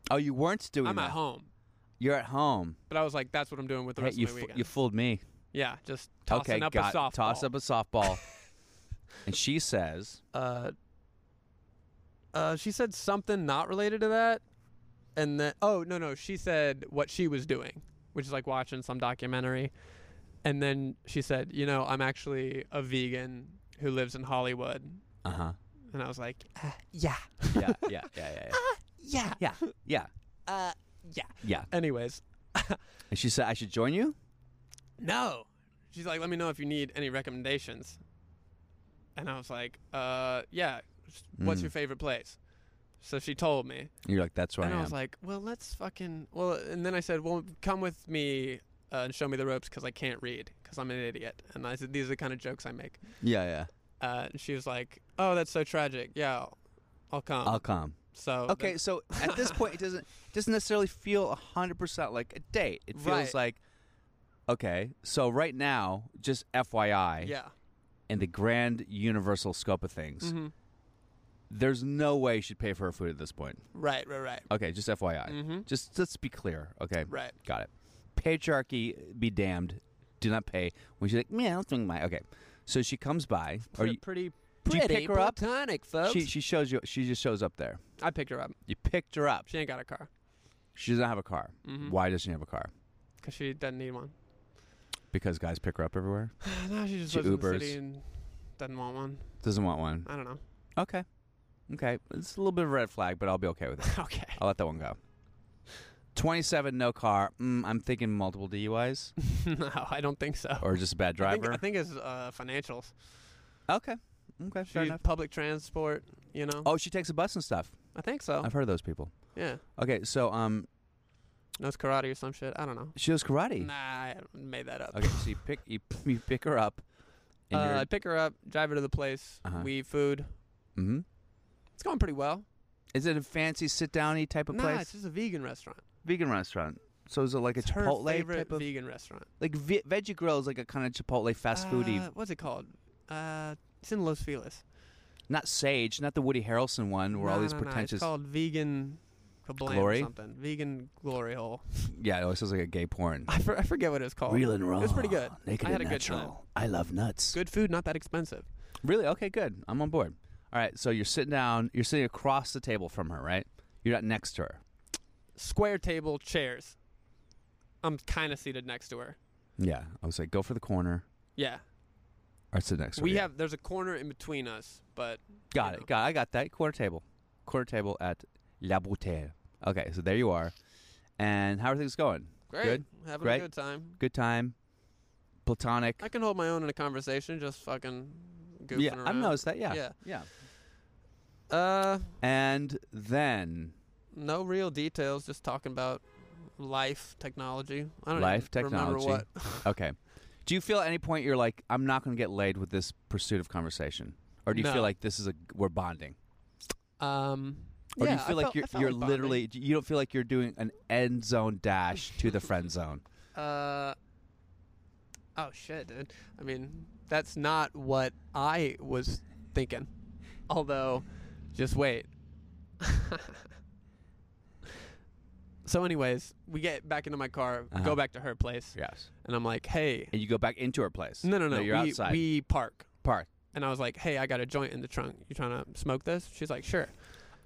S1: Oh, you weren't doing
S2: I'm
S1: that.
S2: at home.
S1: You're at home.
S2: But I was like, that's what I'm doing with the
S1: Hey,
S2: rest
S1: you,
S2: of my
S1: fo-
S2: weekend.
S1: you fooled me.
S2: yeah, just tossing
S1: okay,
S2: up
S1: got
S2: a softball.
S1: toss up a softball. and she says,
S2: uh, uh, she said something not related to that, and then oh no no she said what she was doing, which is like watching some documentary, and then she said you know I'm actually a vegan who lives in Hollywood,
S1: "Uh huh.
S2: and I was like ah, yeah
S1: Yeah, yeah, yeah, yeah,
S2: yeah
S1: yeah, yeah, yeah,
S2: uh yeah.
S1: yeah."
S2: Anyways,
S1: And she said, "I should join you."
S2: no, she's like let me know if you need any recommendations, and I was like uh yeah, what's
S1: Mm.
S2: your favorite place? So she told me.
S1: And you're like, "That's where
S2: and
S1: I,
S2: I,
S1: am."
S2: was like, well, let's fucking. Well, and then I said, well, come with me uh, and show me the ropes because I can't read because I'm an idiot. And I said, these are the kind of jokes I make.
S1: "Yeah, yeah,
S2: Uh, and she was like, oh, that's so tragic. Yeah, I'll, I'll come.
S1: I'll come."
S2: so
S1: Okay,
S2: then-
S1: so at this point, it doesn't it doesn't necessarily feel hundred percent like a date. It feels
S2: Right.
S1: like, okay, so right now, just FYI,
S2: yeah,
S1: in the grand universal scope of things,
S2: Mm-hmm.
S1: there's no way she'd pay for her food at this point.
S2: right, right, right,
S1: Okay, just FYI,
S2: Mhm.
S1: just let's be clear. Okay,
S2: right.
S1: Got it. Patriarchy be damned. Do not pay. When she's like, yeah, I'll swing my okay. So she comes by. Or you,
S2: pretty,
S1: did you pick her up?
S2: platonic, folks.
S1: She she shows you. She just shows up there.
S2: I picked her up.
S1: You picked her up.
S2: She ain't got a car
S1: She does not have a car.
S2: Mhm.
S1: Why does she have a car?
S2: because she doesn't need one.
S1: Because guys pick her up everywhere.
S2: no, she just
S1: She
S2: lives in
S1: Ubers.
S2: the city and doesn't want one.
S1: Doesn't want one.
S2: I don't know.
S1: Okay. Okay. It's a little bit of a red flag, but I'll be okay with it.
S2: okay.
S1: I'll let that one go. Twenty-seven, no car. Mm, I'm thinking multiple DUIs
S2: no, I don't think so.
S1: or just a bad
S2: I think-
S1: driver.
S2: I think, it's uh, financials.
S1: okay. Okay. Fair
S2: She-
S1: enough.
S2: public transport, you know?
S1: Oh, she takes a bus and stuff.
S2: I think so.
S1: I've heard of those people.
S2: yeah.
S1: Okay, so um,
S2: Knows karate or some shit. I don't know.
S1: she does karate.
S2: Nah, I made that up.
S1: Okay, so you pick you, you pick her up. And
S2: Uh,
S1: you're,
S2: I pick her up, drive her to the place,
S1: Uh-huh.
S2: we eat food.
S1: Mhm.
S2: It's going pretty well.
S1: Is it a fancy sit downy type of
S2: nah,
S1: place?
S2: it's just a vegan restaurant.
S1: vegan restaurant. So is it like
S2: it's
S1: a
S2: her
S1: Chipotle
S2: favorite
S1: type of
S2: vegan restaurant.
S1: like ve- Veggie Grill is like a kind of Chipotle fast foodie.
S2: Uh, what's it called? Uh, it's in Los Feliz.
S1: Not Sage, not the Woody Harrelson one where all
S2: Nah,
S1: these
S2: nah, nah,
S1: pretentious.
S2: It's called Vegan Kablam
S1: Glory?
S2: Or something. Vegan Glory Hole.
S1: yeah, it always sounds like a gay porn.
S2: I, for, I forget what it's called.
S1: Real and raw.
S2: Oh, It's pretty good.
S1: Naked
S2: I had
S1: and
S2: a good time.
S1: natural. I love nuts.
S2: Good food, not that expensive.
S1: Really? Okay, good. I'm on board. All right, so you're sitting down. You're sitting across the table from her, right? You're not next to her.
S2: Square table, chairs. I'm kind of seated next to her.
S1: Yeah, I was like, go for the corner
S2: Yeah.
S1: or sit next to her.
S2: we
S1: yeah.
S2: have there's a corner in between us, but
S1: Got
S2: you
S1: it.
S2: know.
S1: Got. I got that. Quarter table. Quarter table at La Bouteille. Okay, so there you are. And how are things going?
S2: great,
S1: Good.
S2: having
S1: Great.
S2: a good time.
S1: Good time. Platonic.
S2: I can hold my own in a conversation, just fucking goofing
S1: yeah,
S2: around.
S1: I've noticed that. Yeah.
S2: Yeah.
S1: Yeah.
S2: Uh,
S1: And then
S2: no real details, just talking about life, technology. I don't
S1: Life,
S2: even
S1: technology.
S2: Remember what?
S1: okay. Do you feel at any point you're like I'm not going to get laid with this pursuit of conversation? Or do you
S2: No.
S1: feel like this is a we're bonding?
S2: Um,
S1: Or
S2: yeah,
S1: do you feel like
S2: I felt-
S1: you're
S2: I felt
S1: you're
S2: like bonding.
S1: literally you don't feel like you're doing an end zone dash to the friend zone?
S2: Uh, oh shit, dude. I mean, that's not what I was thinking. Although, just wait. so, anyways, we get back into my car,
S1: Uh-huh.
S2: go back to her place,
S1: Yes.
S2: and I'm like, hey,
S1: And you go back into her place.
S2: no, no, no,
S1: you're
S2: we,
S1: outside.
S2: we park.
S1: Park.
S2: And I was like, hey, I got a joint in the trunk. You trying to smoke this? She's like, sure.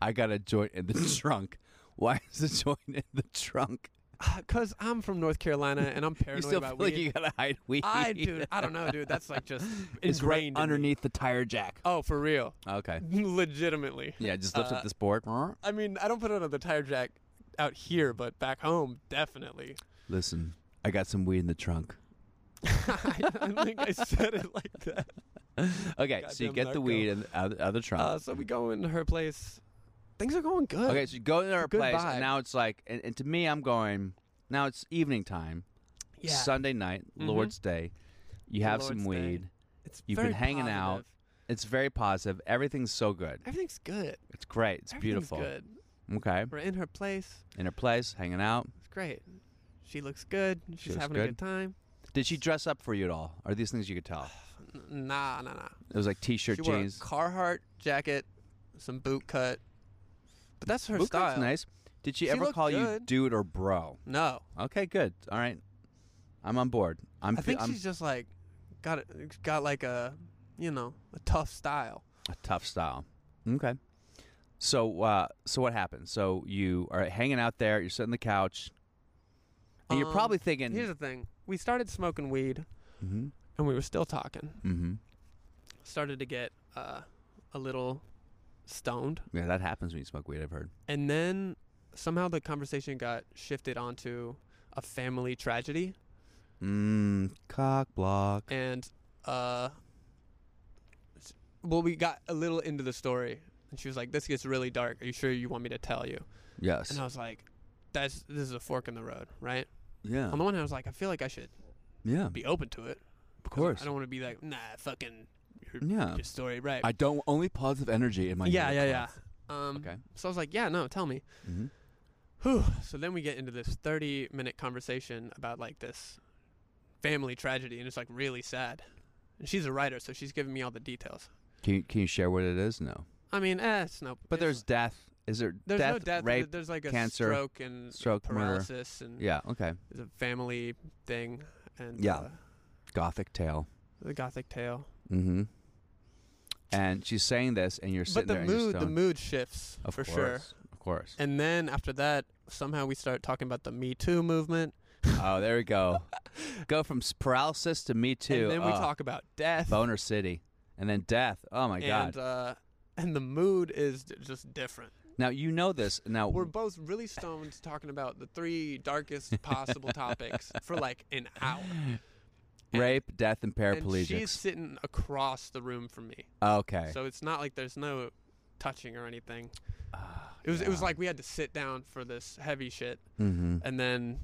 S1: I got a joint in the trunk. Why is the joint in the trunk?
S2: Because Uh, I'm from North Carolina and I'm paranoid
S1: You still feel
S2: about
S1: like
S2: weed.
S1: you gotta hide weed.
S2: I, dude, I don't know, dude. That's like just
S1: It's right
S2: ingrained in me.
S1: underneath the tire jack.
S2: Oh, for real.
S1: Okay.
S2: legitimately.
S1: Yeah, just lift
S2: Uh,
S1: up this board.
S2: I mean, I don't put it on the tire jack out here, but back home, definitely.
S1: Listen, I got some weed in the trunk.
S2: I think I said it like that.
S1: Okay, so you
S2: Goddamn
S1: get the
S2: narco.
S1: weed in the other, other trunk.
S2: Uh, so we go into her place. Things are going good.
S1: okay, so you go to her
S2: good
S1: place,
S2: vibe.
S1: and now it's like, and, and to me, I'm going. Now it's evening time,
S2: Yeah.
S1: Sunday night,
S2: Mhm.
S1: Lord's Day. You have some
S2: Lord's Day.
S1: weed.
S2: it's
S1: You've
S2: very
S1: been hanging out.
S2: positive.
S1: It's very positive. Everything's so good.
S2: Everything's good.
S1: It's great. It's
S2: Everything's
S1: beautiful.
S2: good.
S1: Okay,
S2: We're in her place.
S1: in her place, hanging out.
S2: It's great. She looks good. She's
S1: looks
S2: having a
S1: good.
S2: good time.
S1: Did she dress up for you at all? Are these things you could tell?
S2: N- Nah, nah, nah.
S1: It was like
S2: she
S1: t-shirt,
S2: wore
S1: jeans.
S2: a Carhartt jacket, some boot cut. But that's her
S1: Boot cut's
S2: style.
S1: nice. Did she,
S2: She
S1: ever
S2: looked
S1: call you
S2: good.
S1: dude or bro?
S2: No,
S1: Okay, good. All right, I'm on board. I'm.
S2: I
S1: fe-
S2: think
S1: I'm
S2: she's just like got it, uh, got like a, you know, a tough style.
S1: a tough style. Okay. So, uh, so what happened? So you are hanging out there. You're sitting on the couch, and you're
S2: Um,
S1: probably thinking,
S2: Here's the thing: we started smoking weed,
S1: Mhm.
S2: and we were still talking.
S1: Mm-hmm.
S2: Started to get uh, a little stoned,
S1: Yeah, that happens when you smoke weed. I've heard.
S2: and then somehow the conversation got shifted onto a family tragedy
S1: Mm, cock block.
S2: and uh s- well we got a little into the story and she was like this gets really dark are you sure you want me to tell you
S1: Yes.
S2: and i was like that's this is a fork in the road right
S1: yeah.
S2: on the one hand i was like i feel like i should
S1: yeah.
S2: be open to it
S1: Of course.
S2: i don't want to be like nah fucking your,
S1: Yeah.
S2: your story right
S1: I don't only positive energy in my.
S2: yeah yeah yeah um
S1: Okay.
S2: so i was like yeah no tell me
S1: Mm-hmm.
S2: Whew. So then we get into this 30 minute conversation about like this family tragedy, and it's like really sad. And she's a writer, so she's giving me all the details.
S1: Can you, can you share what it is? No.
S2: I mean, eh, it's no.
S1: But
S2: it's-
S1: there's death. Is there
S2: there's
S1: death?
S2: no death.
S1: Rape.
S2: but there's like a
S1: cancer,
S2: stroke and
S1: stroke, murder.
S2: paralysis, and
S1: yeah. Okay.
S2: there's a family thing, and
S1: Yeah.
S2: uh,
S1: Gothic tale.
S2: the gothic tale.
S1: Mm-hmm. And she's saying this, and you're
S2: But
S1: sitting
S2: the
S1: there. and
S2: mood,
S1: you're
S2: the
S1: stoned.
S2: mood shifts
S1: Of
S2: for
S1: course,
S2: sure.
S1: Of course.
S2: And then after that, somehow we start talking about the Me Too movement,
S1: oh, there we go. Go from s- paralysis to me too.
S2: and then we
S1: Oh,
S2: talk about death.
S1: boner city, and then death. Oh my god.
S2: and uh, and the mood is d- just different.
S1: now you know this. Now
S2: We're both really stoned talking about the three darkest possible topics for like an hour. and-
S1: rape, death, and
S2: And
S1: paraplegics.
S2: she's sitting across the room from me,
S1: okay.
S2: so it's not like there's no touching or anything.
S1: Ah,
S2: It was it was like we had to sit down for this heavy shit,
S1: mm-hmm.
S2: and then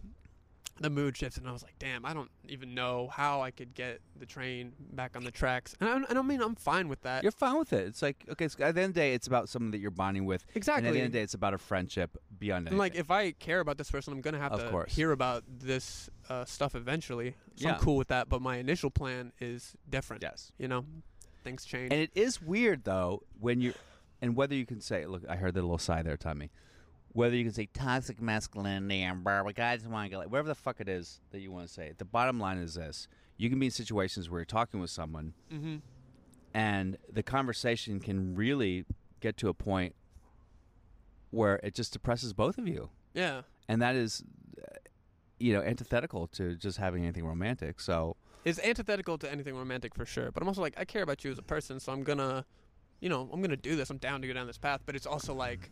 S2: the mood shifts, and I was like, "Damn, I don't even know how I could get the train back on the tracks." And I don't, I don't mean I'm fine with that.
S1: You're fine with it. It's like okay. So at the end of the day, it's about someone that you're bonding with. And at the
S2: exactly.
S1: end of the day, it's about a friendship beyond
S2: And
S1: anything.
S2: like, if I care about this person, I'm gonna have
S1: Of
S2: to
S1: course.
S2: hear about this uh, stuff eventually. So
S1: Yeah.
S2: I'm cool with that, but my initial plan is different.
S1: yes.
S2: You know, things change.
S1: And it is weird though when you and whether you can say look, I heard the little sigh there, Tommy. Whether you can say toxic masculinity and blah, blah, guys want to go like whatever the fuck it is that you want to say. The bottom line is this: you can be in situations where you're talking with someone,
S2: mm-hmm.
S1: and the conversation can really get to a point where it just depresses both of you,
S2: Yeah.
S1: and that is, uh, you know, antithetical to just having anything romantic. So
S2: It's antithetical to anything romantic for sure. But I'm also like, I care about you as a person, so I'm gonna, you know, I'm gonna do this. I'm down to go down this path. But it's also like,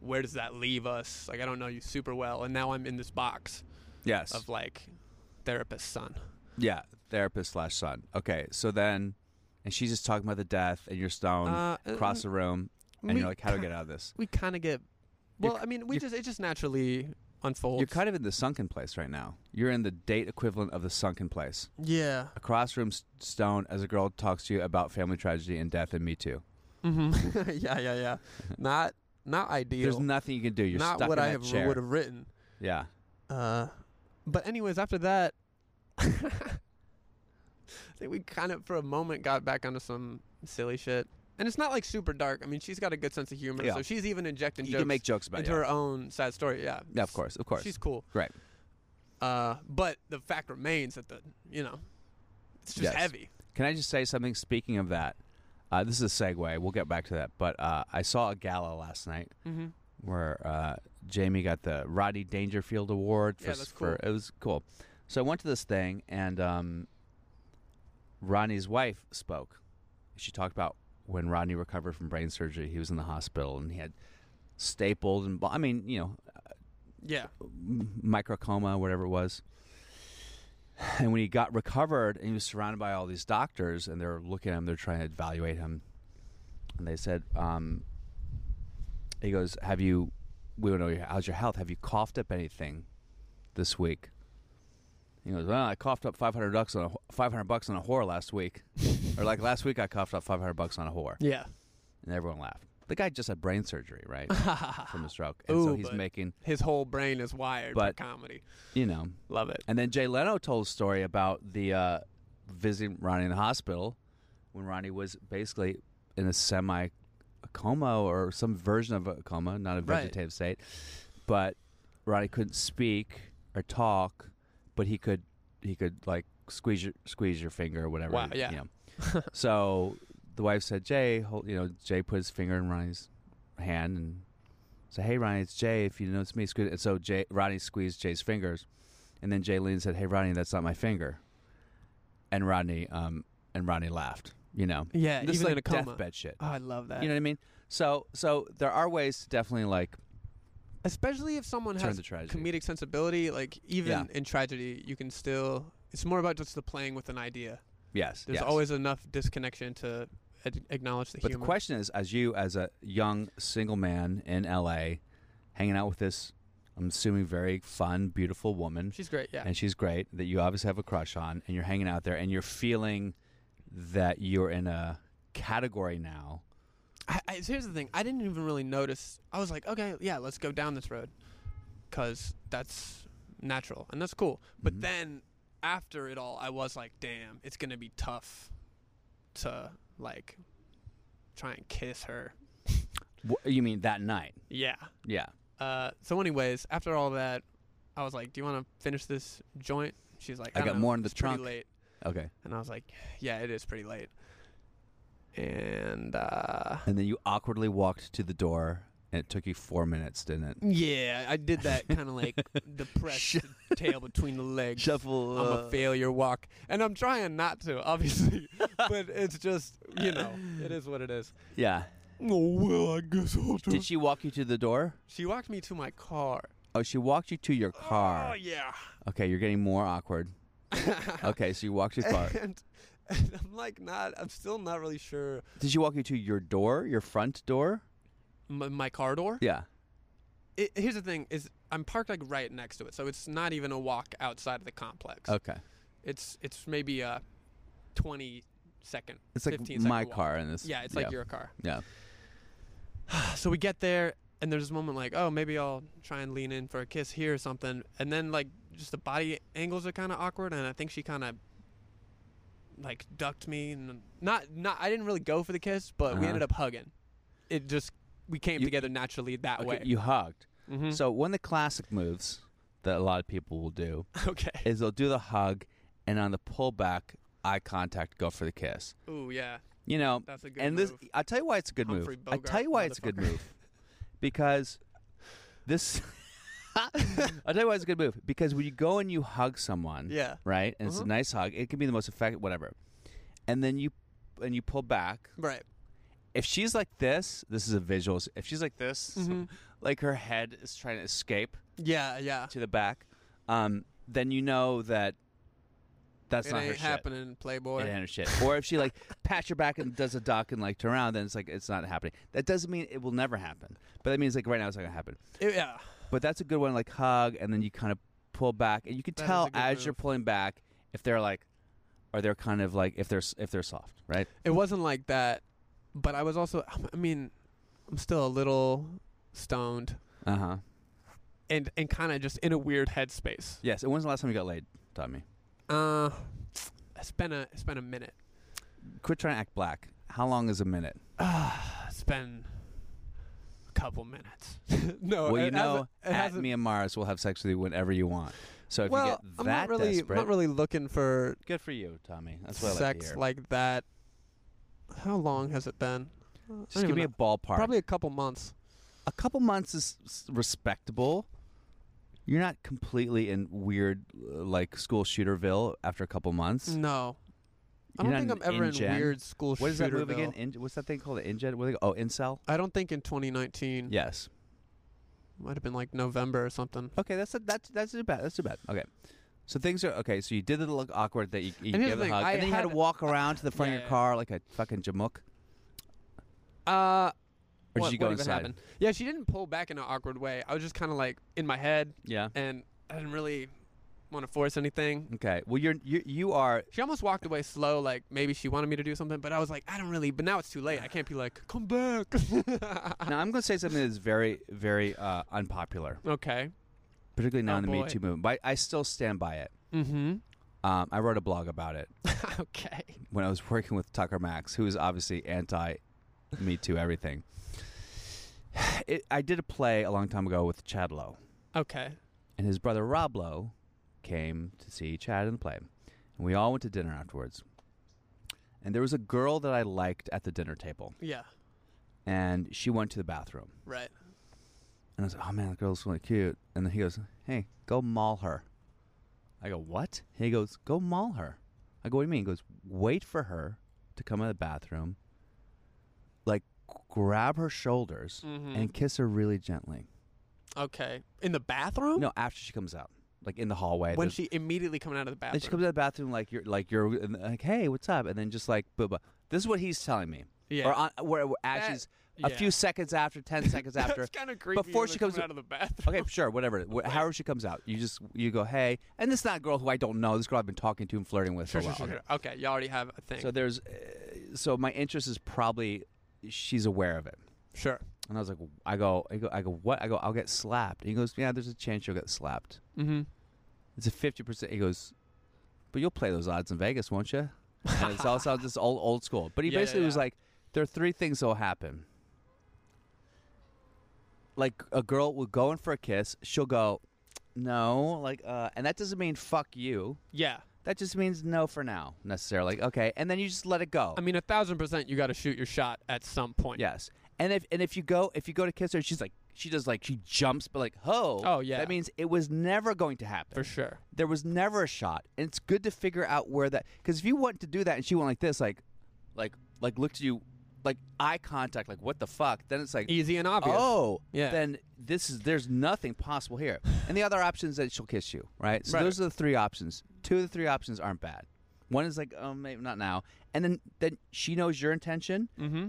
S2: where does that leave us? Like, I don't know you super well, and now I'm in this box
S1: yes,
S2: of like, therapist son.
S1: Yeah, therapist slash son. Okay, so then, and she's just talking about the death, and you're stoned
S2: Uh,
S1: across the room, and
S2: we
S1: you're like, "How do I
S2: ki-
S1: get out of this?"
S2: We kind of get.
S1: You're
S2: Well, I mean, we
S1: you're-
S2: just it just naturally unfolds.
S1: You're kind of in the sunken place right now. You're in the date equivalent of the sunken place.
S2: Yeah.
S1: Across room s- stone as a girl talks to you about family tragedy and death and Me Too.
S2: Mm-hmm. yeah, yeah, yeah. Not not
S1: There's
S2: ideal.
S1: nothing you can do. You're
S2: not
S1: stuck
S2: what
S1: in
S2: I
S1: that
S2: have
S1: chair.
S2: would have written.
S1: Yeah.
S2: Uh, but anyways, after that, I think we kind of for a moment got back onto some silly shit. And it's not like super dark. I mean, she's got a good sense of humor,
S1: Yeah.
S2: so she's even injecting
S1: you
S2: jokes
S1: can make jokes about
S2: into
S1: it.
S2: her own sad story. Yeah.
S1: Yeah, of course, of course.
S2: She's cool.
S1: Right.
S2: Uh, but the fact remains that the you know, it's just
S1: Yes.
S2: heavy.
S1: Can I just say something? Speaking of that, uh, this is a segue. We'll get back to that. But uh, I saw a gala last night.
S2: Mm-hmm.
S1: where uh, Jamie got the Rodney Dangerfield Award. For,
S2: Yeah, that's
S1: for- it was cool. So I went to this thing, and um, Rodney's wife spoke. She talked about when Rodney recovered from brain surgery. He was in the hospital, and he had stapled and bo- I mean, you know,
S2: Yeah.
S1: m- microcoma, whatever it was. And when he got recovered, and he was surrounded by all these doctors, and they're looking at him, they're trying to evaluate him, and they said, um, "He goes, have you? We don't know your- how's your health. Have you coughed up anything this week?" He goes, "Well, I coughed up five hundred bucks on a five hundred bucks on a whore last week, or like last week I coughed up five hundred bucks on a whore,"
S2: Yeah.
S1: and everyone laughed. The guy just had brain surgery, right, from a stroke, and so
S2: Ooh,
S1: he's
S2: but-
S1: making
S2: His whole brain is wired
S1: But-
S2: for comedy.
S1: you know.
S2: Love it.
S1: And then Jay Leno told a story about the uh, visiting Ronnie in the hospital when Ronnie was basically in a semi coma or some version of a coma, not a
S2: Right.
S1: vegetative state. But Ronnie couldn't speak or talk, but he could he could like squeeze your squeeze your finger or whatever.
S2: Wow,
S1: you
S2: yeah.
S1: know. so the wife said, "Jay, hold, you know." Jay put his finger in Ronnie's hand and said, "Hey, Ronnie, it's Jay. If you know it's me, squeeze." And so Jay Ronnie squeezed Jay's fingers, and then Jay leaned and said, "Hey, Ronnie, that's not my finger." And Rodney um and Rodney laughed. You know,
S2: Yeah,
S1: this is
S2: even
S1: like
S2: in a coma.
S1: deathbed shit.
S2: Oh, I love that.
S1: You know what I mean? So so there are ways to definitely like
S2: Especially if someone
S1: turn
S2: has
S1: the tragedy.
S2: comedic sensibility, like even
S1: Yeah.
S2: in tragedy, you can still. It's more about just the playing with an idea.
S1: yes,
S2: There's
S1: yes.
S2: always enough disconnection to ad- acknowledge the
S1: But
S2: humor.
S1: the question is, as you, as a young single man in L.A., hanging out with this, I'm assuming very fun, beautiful woman,
S2: She's great. Yeah.
S1: and she's great that you obviously have a crush on, and you're hanging out there, and you're feeling that you're in a category now.
S2: I, I, so here's the thing. I didn't even really notice. I was like, okay, yeah, let's go down this road, because that's natural and that's cool. But
S1: Mhm.
S2: then after it all, I was like, damn, it's gonna be tough to like try and kiss her.
S1: Wh- you mean that night?
S2: Yeah.
S1: Yeah.
S2: Uh, so, anyways, after all that, I was like, do you want to finish this joint? She's like,
S1: I
S2: I,
S1: got
S2: don't know,
S1: more in the
S2: it's pretty
S1: trunk."
S2: late.
S1: Okay.
S2: And I was like, yeah, it is pretty late. And uh,
S1: And then you awkwardly walked to the door, and it took you four minutes, didn't it?
S2: Yeah, I did that kind of like depressed tail between the legs.
S1: Shuffle.
S2: I'm a failure walk, and I'm trying not to, obviously, but it's just you know, it is what it is.
S1: yeah.
S2: Oh well, I guess I'll do.
S1: Did she walk you to the door?
S2: She walked me to my car.
S1: Oh, she walked you to your car.
S2: Oh yeah.
S1: Okay, you're getting more awkward. Okay, so you walked your car.
S2: and, and I'm like not. I'm still not really sure.
S1: Did she walk you to your door, your front door?
S2: My, my car door.
S1: Yeah.
S2: It, here's the thing: is I'm parked like right next to it, so it's not even a walk outside of the complex.
S1: Okay.
S2: It's it's maybe a 20 second.
S1: It's like
S2: 15 second
S1: my
S2: walk.
S1: car in this.
S2: Yeah, it's like your car.
S1: Yeah.
S2: So we get there, and there's this moment like, oh, maybe I'll try and lean in for a kiss here or something. And then, like, just the body angles are kind of awkward, and I think she kind of like ducked me and not not I didn't really go for the kiss but we
S1: Uh-huh.
S2: ended up hugging it just we came
S1: You-
S2: together naturally that
S1: Okay,
S2: way
S1: you hugged.
S2: Mhm.
S1: So one of the classic moves that a lot of people will do
S2: okay
S1: is they'll do the hug, and on the pullback, eye contact, go for the kiss.
S2: ooh yeah
S1: You know,
S2: that's a good
S1: and
S2: move.
S1: this I tell you why it's a good
S2: Humphrey
S1: move. I tell
S2: Bogart,
S1: you why it's a good
S2: motherfucker.
S1: move because this. I tell you why it's a good move because when you go and you hug someone,
S2: yeah
S1: right? And it's a
S2: Uh-huh.
S1: nice hug. It can be the most effective, whatever. And then you and you pull back.
S2: right
S1: If she's like this, this is a visual. If she's like this,
S2: Mhm.
S1: like her head is trying to escape
S2: yeah yeah
S1: to the back, um, then you know that that's
S2: it
S1: not
S2: ain't
S1: her
S2: happening playboy
S1: shit. It ain't her shit. Or if she like pats your back and does a duck and like turn around, then it's like it's not happening. That doesn't mean it will never happen, but that means like right now it's not gonna happen.
S2: It- yeah
S1: But that's a good one, like hug, and then you kind of pull back, and you can
S2: That is
S1: tell
S2: a good
S1: as
S2: move.
S1: you're pulling back if they're like, or they're kind of like if they're s- if they're soft, right?
S2: It wasn't like that, but I was also. I mean, I'm still a little stoned
S1: Uh
S2: Uh-huh.
S1: huh.
S2: and and kind of just in a weird headspace.
S1: Yes. And when's the last time you got laid, Tommy?
S2: Uh, it's been a it's been a minute.
S1: Quit trying to act black. How long is a minute?
S2: Uh, It's been a couple minutes.
S1: well,
S2: no, Oh, it
S1: you know,
S2: hasn't- it
S1: at
S2: hasn't-
S1: me and Mars will have sex with you whenever you want. So if
S2: well,
S1: you get that
S2: I'm not really
S1: desperate,
S2: I'm not really looking for
S1: good for you, Tommy. That's what I like to
S2: sex
S1: hear.
S2: like that. How long has it been? Uh, I don't
S1: Just give
S2: even
S1: me a
S2: know.
S1: ballpark.
S2: probably a couple months.
S1: a couple months is s- respectable. You're not completely in weird, uh, like school shooterville after a couple months.
S2: No, I
S1: You're
S2: Mm, don't
S1: not
S2: think
S1: an
S2: I'm ever in
S1: InGen?
S2: weird school.
S1: What is that move
S2: shooterville. Mm.
S1: again? In, what's that thing called? Ingen? What do they- oh, incel.
S2: I don't think in 2019.
S1: Yes.
S2: Might have been like November or something.
S1: Okay, that's that's that's too bad. That's too bad. Okay. So things are okay. So you did it look awkward that you, you
S2: And here's
S1: gave the
S2: the thing,
S1: hug,
S2: I
S1: and then you had to
S2: had-
S1: walk around to the front of
S2: Yeah.
S1: your car like a fucking jamook,
S2: Uh,
S1: or
S2: what,
S1: did you go
S2: what even
S1: inside?
S2: happened? Yeah, she didn't pull back in an awkward way. I was just kind of like in my head,
S1: Yeah.
S2: and I didn't really want to force anything.
S1: Okay. Well, you're you, you are
S2: She almost walked away slow, like maybe she wanted me to do something, but I was like, I don't really. But now it's too late. I can't be like, come back.
S1: now. I'm going to say something that's very very uh, unpopular,
S2: okay.
S1: particularly now
S2: Oh,
S1: in the
S2: boy.
S1: Me Too movement. But I, I still stand by it.
S2: Mm-hmm.
S1: Um, I wrote a blog about it
S2: okay.
S1: when I was working with Tucker Max, who is obviously anti Me Too everything. It, I did a play a long time ago with Chad Lowe,
S2: Okay.
S1: and his brother Rob Lowe came to see Chad in the play. And we all went to dinner afterwards. And there was a girl that I liked at the dinner table,
S2: Yeah.
S1: and she went to the bathroom.
S2: Right.
S1: And I was like, oh man, that girl's really cute. And then he goes, hey, go maul her. I go, what? He goes, go maul her. I go, what do you mean? He goes, wait for her to come in the bathroom, like grab her shoulders
S2: Mhm.
S1: and kiss her really gently.
S2: Okay. In the bathroom?
S1: No, after she comes out, like in the hallway.
S2: When
S1: There's-
S2: she immediately coming out of the bathroom.
S1: then she comes out of the bathroom like you're like you're and like hey what's up and then just like blah, blah. this is what he's telling me
S2: Yeah.
S1: or on, where, where
S2: That-
S1: actually a
S2: yeah.
S1: few seconds after ten seconds after
S2: That's kind of creepy.
S1: before
S2: when
S1: she
S2: they're
S1: comes Oh,
S2: coming out of the bathroom.
S1: Okay, sure, whatever. Wh- However she comes out, you just you go, hey, and this is not a girl who I don't know. This girl I've been talking to and flirting with
S2: Sure,
S1: for a
S2: sure,
S1: while.
S2: sure,
S1: Okay.
S2: sure. Okay. You already have a thing.
S1: So there's, uh, so my interest is probably she's aware of it,
S2: sure.
S1: and I was like, I go, I go, I go, what? I go, I'll get slapped. And he goes, yeah, there's a chance you'll get slapped.
S2: Mm-hmm.
S1: It's a fifty percent. He goes, but you'll play those odds in Vegas, won't you? And it's all sounds just old old school. But he
S2: Yeah, yeah,
S1: basically was
S2: yeah.
S1: like, there are three things that will happen. Like a girl will go in for a kiss, she'll go, no, like, uh, and that doesn't mean fuck you.
S2: Yeah.
S1: That just means no for now, necessarily. Like, okay, and then you just let it go.
S2: I mean, a thousand percent, you got to shoot your shot at some point.
S1: yes, and if and if you go if you go to kiss her, she's like, she does like she jumps, but like, ho,
S2: Oh, yeah.
S1: that means it was never going to happen
S2: For sure.
S1: there was never a shot. And it's good to figure out where that because if you want to do that and she went like this, like, like, like looked at you, like eye contact, like what the fuck? Then it's like,
S2: Easy and obvious.
S1: oh,
S2: Yeah.
S1: Then this is there's nothing possible here. And the other option is that she'll kiss you, right? So
S2: Right.
S1: those are the three options. Two of the three options aren't bad. One is like, oh, maybe not now. And then then she knows your intention,
S2: Mm-hmm.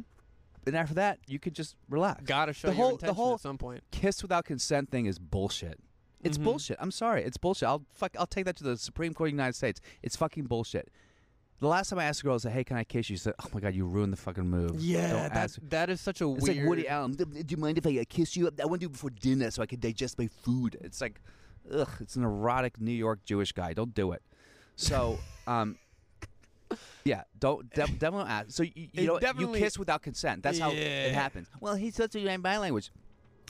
S1: and after that you could just relax.
S2: Got to show
S1: the
S2: your
S1: whole
S2: intention
S1: the whole
S2: at some point. Mm-hmm.
S1: kiss without consent thing is bullshit. It's bullshit. I'm sorry. It's bullshit. I'll fuck. I'll take that to the Supreme Court of the United States. It's fucking bullshit. The last time I asked a girl, I said, "Hey, can I kiss you?" She said, "Oh my god, you ruined the fucking move." Don't
S2: Yeah, that's
S1: ask me."
S2: that is such a
S1: It's
S2: weird.
S1: like Woody Allen. Do you mind if I uh, kiss you? I want to do it before dinner so I can digest my food. It's like, ugh. It's an erotic New York Jewish guy. Don't do it. So, um, yeah, don't de- definitely don't ask. So you,
S2: It
S1: you know, you
S2: definitely-
S1: kiss without consent. That's how
S2: Yeah.
S1: it happens. Well, he's such a body language.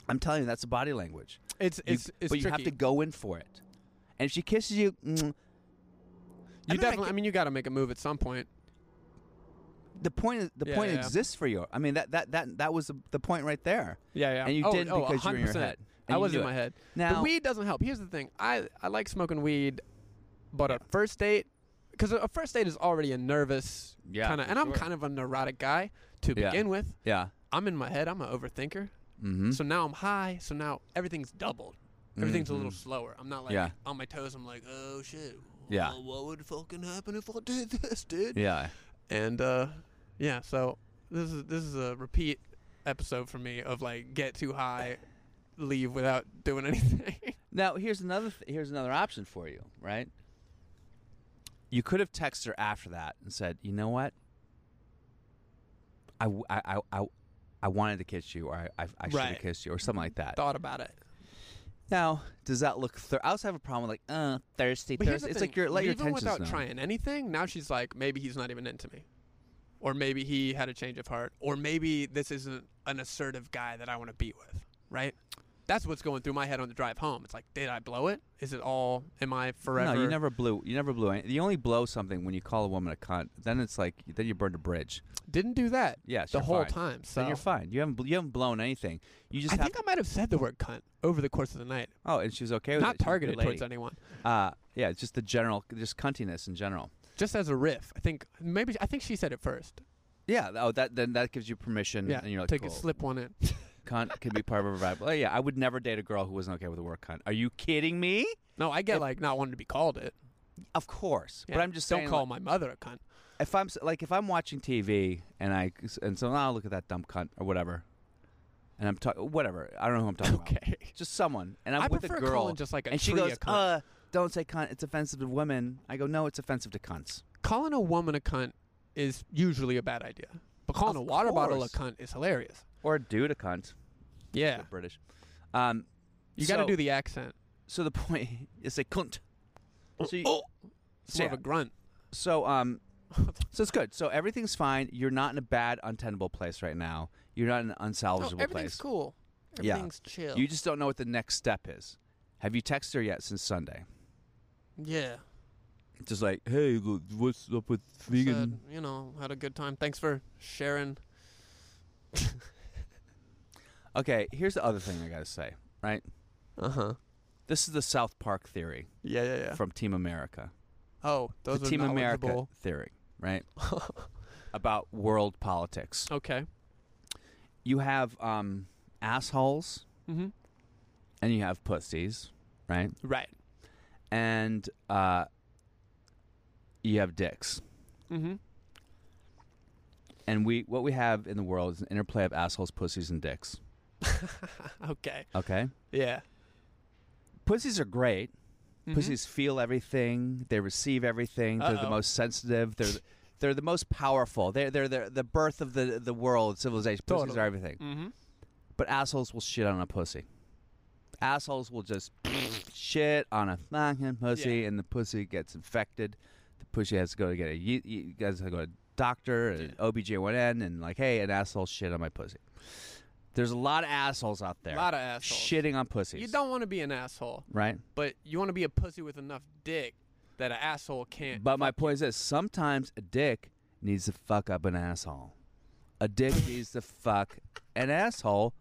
S1: I'm telling you, that's a body language.
S2: It's
S1: You-
S2: it's it's
S1: but you have
S2: tricky.
S1: to go in for it. And if she kisses you, mm, I
S2: You
S1: mean, I
S2: definitely. I
S1: get-
S2: mean, you got to make a move at some point.
S1: the point is- the
S2: Yeah,
S1: point
S2: yeah.
S1: exists for you. I mean that that that that was the, the point right there.
S2: Yeah, yeah.
S1: And you
S2: oh,
S1: did
S2: oh,
S1: because you were in your
S2: 100%.
S1: head. And
S2: I
S1: you
S2: was
S1: knew
S2: in
S1: it.
S2: my head. the
S1: Now-
S2: weed doesn't help. Here's the thing. I I like smoking weed, but a first date, because a first date is already a nervous
S1: Yeah,
S2: kind of,
S1: for
S2: and I'm
S1: sure.
S2: kind of a neurotic guy to
S1: Yeah.
S2: begin with.
S1: Yeah.
S2: I'm in my head. I'm an overthinker.
S1: Mm-hmm.
S2: So now I'm high. So now everything's doubled. Everything's a little slower. I'm not like
S1: Mm-hmm. Yeah.
S2: on my toes. I'm like, oh shit.
S1: Yeah.
S2: Wha- What would fucking happen if I did this, dude?
S1: Yeah.
S2: And uh, yeah. So this is this is a repeat episode for me of like get too high, leave without doing anything.
S1: Now here's another th- here's another option for you, right? You could have texted her after that and said, "You know what? I w- I I I, I wanted to kiss you, or I I, I should
S2: Right.
S1: have kissed you, or something like that."
S2: Thought about it.
S1: Now, does that look? Thir- I also have a problem with like, uh, thirsty,
S2: But here's
S1: thirsty.
S2: the
S1: It's
S2: thing.
S1: like you're let your
S2: Even
S1: tensions
S2: without
S1: know.
S2: trying anything, now she's like, maybe he's not even into me, or maybe he had a change of heart, or maybe this isn't an assertive guy that I want to be with. Right? That's what's going through my head on the drive home. It's like, did I blow it? Is it all? Am I forever?
S1: No, you never blew. You never blew. Any- you only blow something when you call a woman a cunt. Then it's like then you burned a bridge.
S2: didn't do that.
S1: Yes,
S2: the
S1: you're
S2: whole
S1: fine.
S2: time. So
S1: Then you're fine. You haven't bl- you haven't blown anything. You just
S2: I
S1: have.
S2: think I might have said the word cunt over the course of the night.
S1: oh, and she was okay with it.
S2: Not
S1: She's a good
S2: targeted
S1: lady.
S2: towards anyone.
S1: Uh, yeah, it's just the general, just cuntiness in general.
S2: Just as a riff. I think maybe I think she said it first.
S1: Yeah. Oh, that then that gives you permission.
S2: Yeah.
S1: Mm, And you're like,
S2: take
S1: cool.
S2: a slip one in.
S1: Cunt can be part of a vibe. Oh yeah, I would never date a girl who wasn't okay with the word cunt. Are you kidding me?
S2: No, I get
S1: If-
S2: like not wanting to be called it.
S1: Of course.
S2: Yeah.
S1: But I'm just
S2: don't
S1: saying,
S2: call
S1: like,
S2: my mother a cunt.
S1: if I'm s- like if I'm watching TV and I and so now I look at that dumb cunt or whatever, and I'm talking whatever. I don't know who I'm talking about.
S2: Okay.
S1: Just someone, and I'm
S2: I
S1: with a
S2: prefer
S1: girl,
S2: calling just like a
S1: and she
S2: tree a
S1: goes,
S2: cunt.
S1: "Uh, don't say cunt. It's offensive to women. I go, no, it's offensive to cunts.
S2: Calling a woman a cunt is usually a bad idea, but calling
S1: Of
S2: a water bottle a
S1: course.
S2: cunt is hilarious.
S1: Or dude a cunt.
S2: Yeah,
S1: British. Um,
S2: you got to
S1: so-
S2: do the accent.
S1: So the point is a cunt.
S2: Oh,
S1: So, you-
S2: It's more
S1: Yeah.
S2: of a grunt.
S1: so um, so it's good. So everything's fine. You're not in a bad, untenable place right now. You're not in an unsalvageable place.
S2: Oh, cool.
S1: Yeah. Everything's
S2: chill.
S1: You just don't know what the next step is. Have you texted her yet since Sunday?
S2: yeah.
S1: Just like, hey, look, what's up with vegan?
S2: you know, had a good time. Thanks for sharing.
S1: Okay, here's the other thing I gotta say. Right,
S2: Uh
S1: Uh-huh.
S2: huh.
S1: this is the South Park theory
S2: Yeah, yeah, yeah.
S1: from Team America.
S2: Oh, those
S1: the
S2: are
S1: Team America
S2: knowledgeable.
S1: theory, right? About world politics.
S2: Okay.
S1: You have um, assholes
S2: Mm-hmm.
S1: and you have pussies, right?
S2: Right.
S1: And uh, you have dicks.
S2: Mm-hmm.
S1: And we what we have in the world is an interplay of assholes, pussies, and dicks.
S2: Okay.
S1: Okay,
S2: Yeah.
S1: pussies are great.
S2: Mhm.
S1: Pussies feel everything. They receive everything. They're the
S2: Uh-oh.
S1: most sensitive. They're th- they're the most powerful. They're they're, they're the birth of the the world civilization. Pussies
S2: Totally.
S1: are everything.
S2: Mm-hmm.
S1: But assholes will shit on a pussy. Assholes will just shit on a fucking pussy, and the pussy gets infected. The pussy has to go to get a you, you guys have to go to a doctor, an OBGYN, and like, hey, an asshole shit on my pussy. There's a lot of assholes out there.
S2: A lot of assholes.
S1: shitting on pussies.
S2: You don't want to be an asshole,
S1: right?
S2: but you want to be a pussy with enough dick that an asshole can't.
S1: But my point is this: sometimes a dick needs to fuck up an asshole. A dick needs to fuck an asshole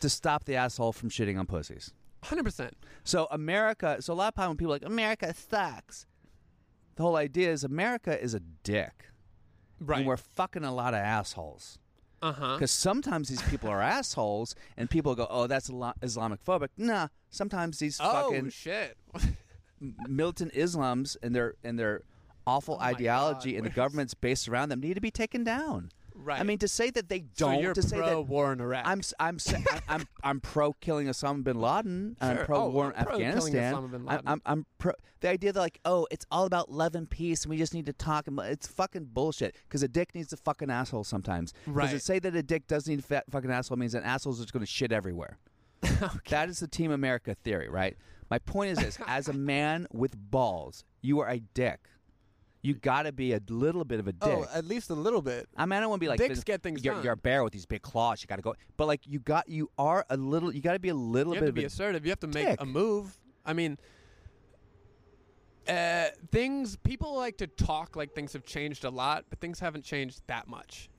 S1: to stop the asshole from shitting on pussies.
S2: Hundred percent.
S1: So America, so a lot of time when people are like America sucks, the whole idea is America is a dick,
S2: Right.
S1: and we're fucking a lot of assholes.
S2: Uh huh.
S1: Because sometimes these people are assholes, and people go, "Oh, that's Isla- Islamophobic." Nah, sometimes these
S2: Oh
S1: fucking
S2: shit.
S1: militant Islams and their and their awful
S2: Oh my
S1: ideology and
S2: God, where
S1: the
S2: is-
S1: governments based around them need to be taken down.
S2: Right.
S1: I mean, to say that they
S2: so
S1: don't,
S2: you're
S1: to say
S2: pro
S1: that
S2: war in Iraq.
S1: I'm s- I'm s- I'm- I'm I'm pro killing Osama bin Laden. and
S2: Sure.
S1: I'm pro
S2: Oh,
S1: war
S2: I'm
S1: in
S2: pro killing
S1: Afghanistan.
S2: Osama bin
S1: I'm,
S2: Laden.
S1: I'm I'm pro the idea that like oh it's all about love and peace and we just need to talk and it's fucking bullshit because a dick needs a fucking asshole sometimes. Because to
S2: Right.
S1: say that a dick does need a fat fucking asshole means an asshole's just going to shit everywhere. That is the Team America theory, right? My point is this: as a man with balls, you are a dick. You got to be a little bit of a dick.
S2: oh, at least a little bit.
S1: I mean, I don't want to be like
S2: Dicks
S1: this-
S2: get things
S1: you're,
S2: done.
S1: You're a bear with these big claws. You got to go, but like you got, you are a little. You got to be a little
S2: You have
S1: bit
S2: to be
S1: of a.
S2: assertive. You have to make
S1: dick.
S2: a move. I mean, uh, things people like to talk like things have changed a lot, but things haven't changed that much.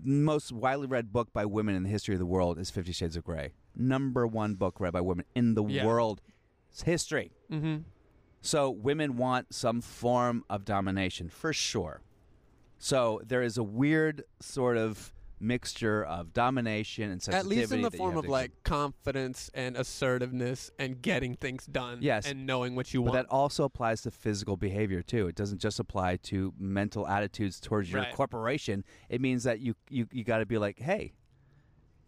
S1: most widely read book by women in the history of the world is Fifty Shades of Grey. Number one book read by women in the
S2: Yeah.
S1: world's history.
S2: Mm-hmm.
S1: So women want some form of domination for sure. So there is a weird sort of mixture of domination and
S2: At
S1: sensitivity.
S2: least in the
S1: that you
S2: form
S1: have
S2: of
S1: to-
S2: like confidence and assertiveness and getting things done.
S1: Yes.
S2: and knowing what you
S1: But
S2: want.
S1: that also applies to physical behavior too. It doesn't just apply to mental attitudes towards your
S2: Right.
S1: corporation. It means that you you, you got to be like, hey,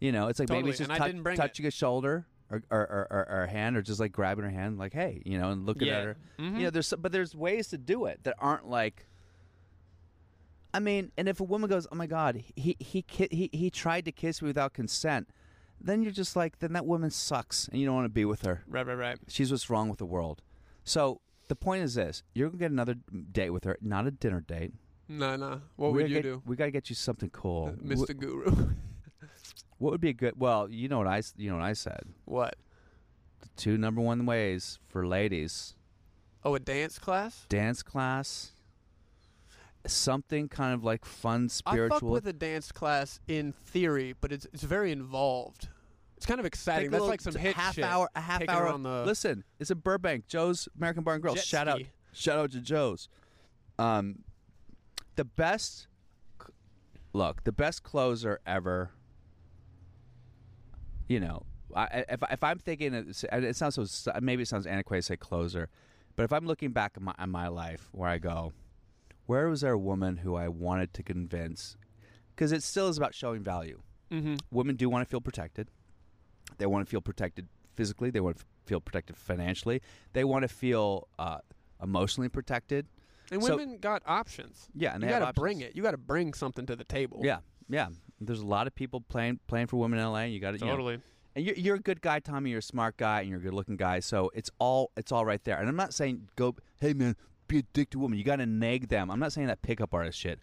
S1: you know, it's like maybe
S2: Totally,
S1: it's just
S2: and I
S1: tou-
S2: didn't bring it.
S1: touching a shoulder or or, or, or or a hand, or just like grabbing her hand, like hey, you know, and looking
S2: Yeah. Mm-hmm.
S1: at her. You know, there's some- but there's ways to do it that aren't like. I mean, and if a woman goes, "Oh my God, he he ki- he he tried to kiss me without consent," then you're just like, then that woman sucks, and you don't want to be with her.
S2: right, right, right.
S1: She's what's wrong with the world. So the point is this: you're gonna get another date with her, not a dinner date.
S2: No, no. What
S1: We
S2: would
S1: gotta
S2: you
S1: get-
S2: do,
S1: We gotta get you something cool,
S2: Mister
S1: What,
S2: Guru?
S1: what would be a good? Well, you know what I s- you know what I said.
S2: what?
S1: The two number one ways for ladies:
S2: Oh, a dance class.
S1: dance class, something kind of like fun,
S2: I fuck
S1: spiritual.
S2: with a dance class in theory, but it's it's very involved. It's kind of exciting.
S1: Take a
S2: That's
S1: little
S2: like some
S1: t-
S2: hit
S1: half
S2: shit.
S1: hour, a half
S2: Taking
S1: hour.
S2: her on the
S1: listen, it's in Burbank, Joe's American Bar and Grill.
S2: Jet
S1: Shout out,
S2: ski.
S1: shout out to Joe's. Um, the best. c- Look, the best closer ever. You know, I- I, if if I'm thinking, it's- and it sounds so. s- Maybe it sounds antiquated to say closer, but if I'm looking back at my, at my life, where I go, where was there a woman who I wanted to convince? Because it still is about showing value
S2: Mm-hmm.
S1: women do want to feel protected. They want to feel protected physically. They want to f- feel protected financially. They want to feel uh, emotionally protected.
S2: And
S1: So-
S2: women got options.
S1: Yeah, and
S2: you
S1: they
S2: gotta
S1: got to
S2: bring it. You got to bring something to the table.
S1: Yeah, yeah. There's a lot of people playing playing for women in LA. And you got to You know,
S2: totally.
S1: and you're, you're a good guy, Tommy. You're a smart guy, and you're a good-looking guy. So it's all it's all right there. And I'm not saying go, hey man, be a dick to women. You got to nag them. I'm not saying that pickup artist shit.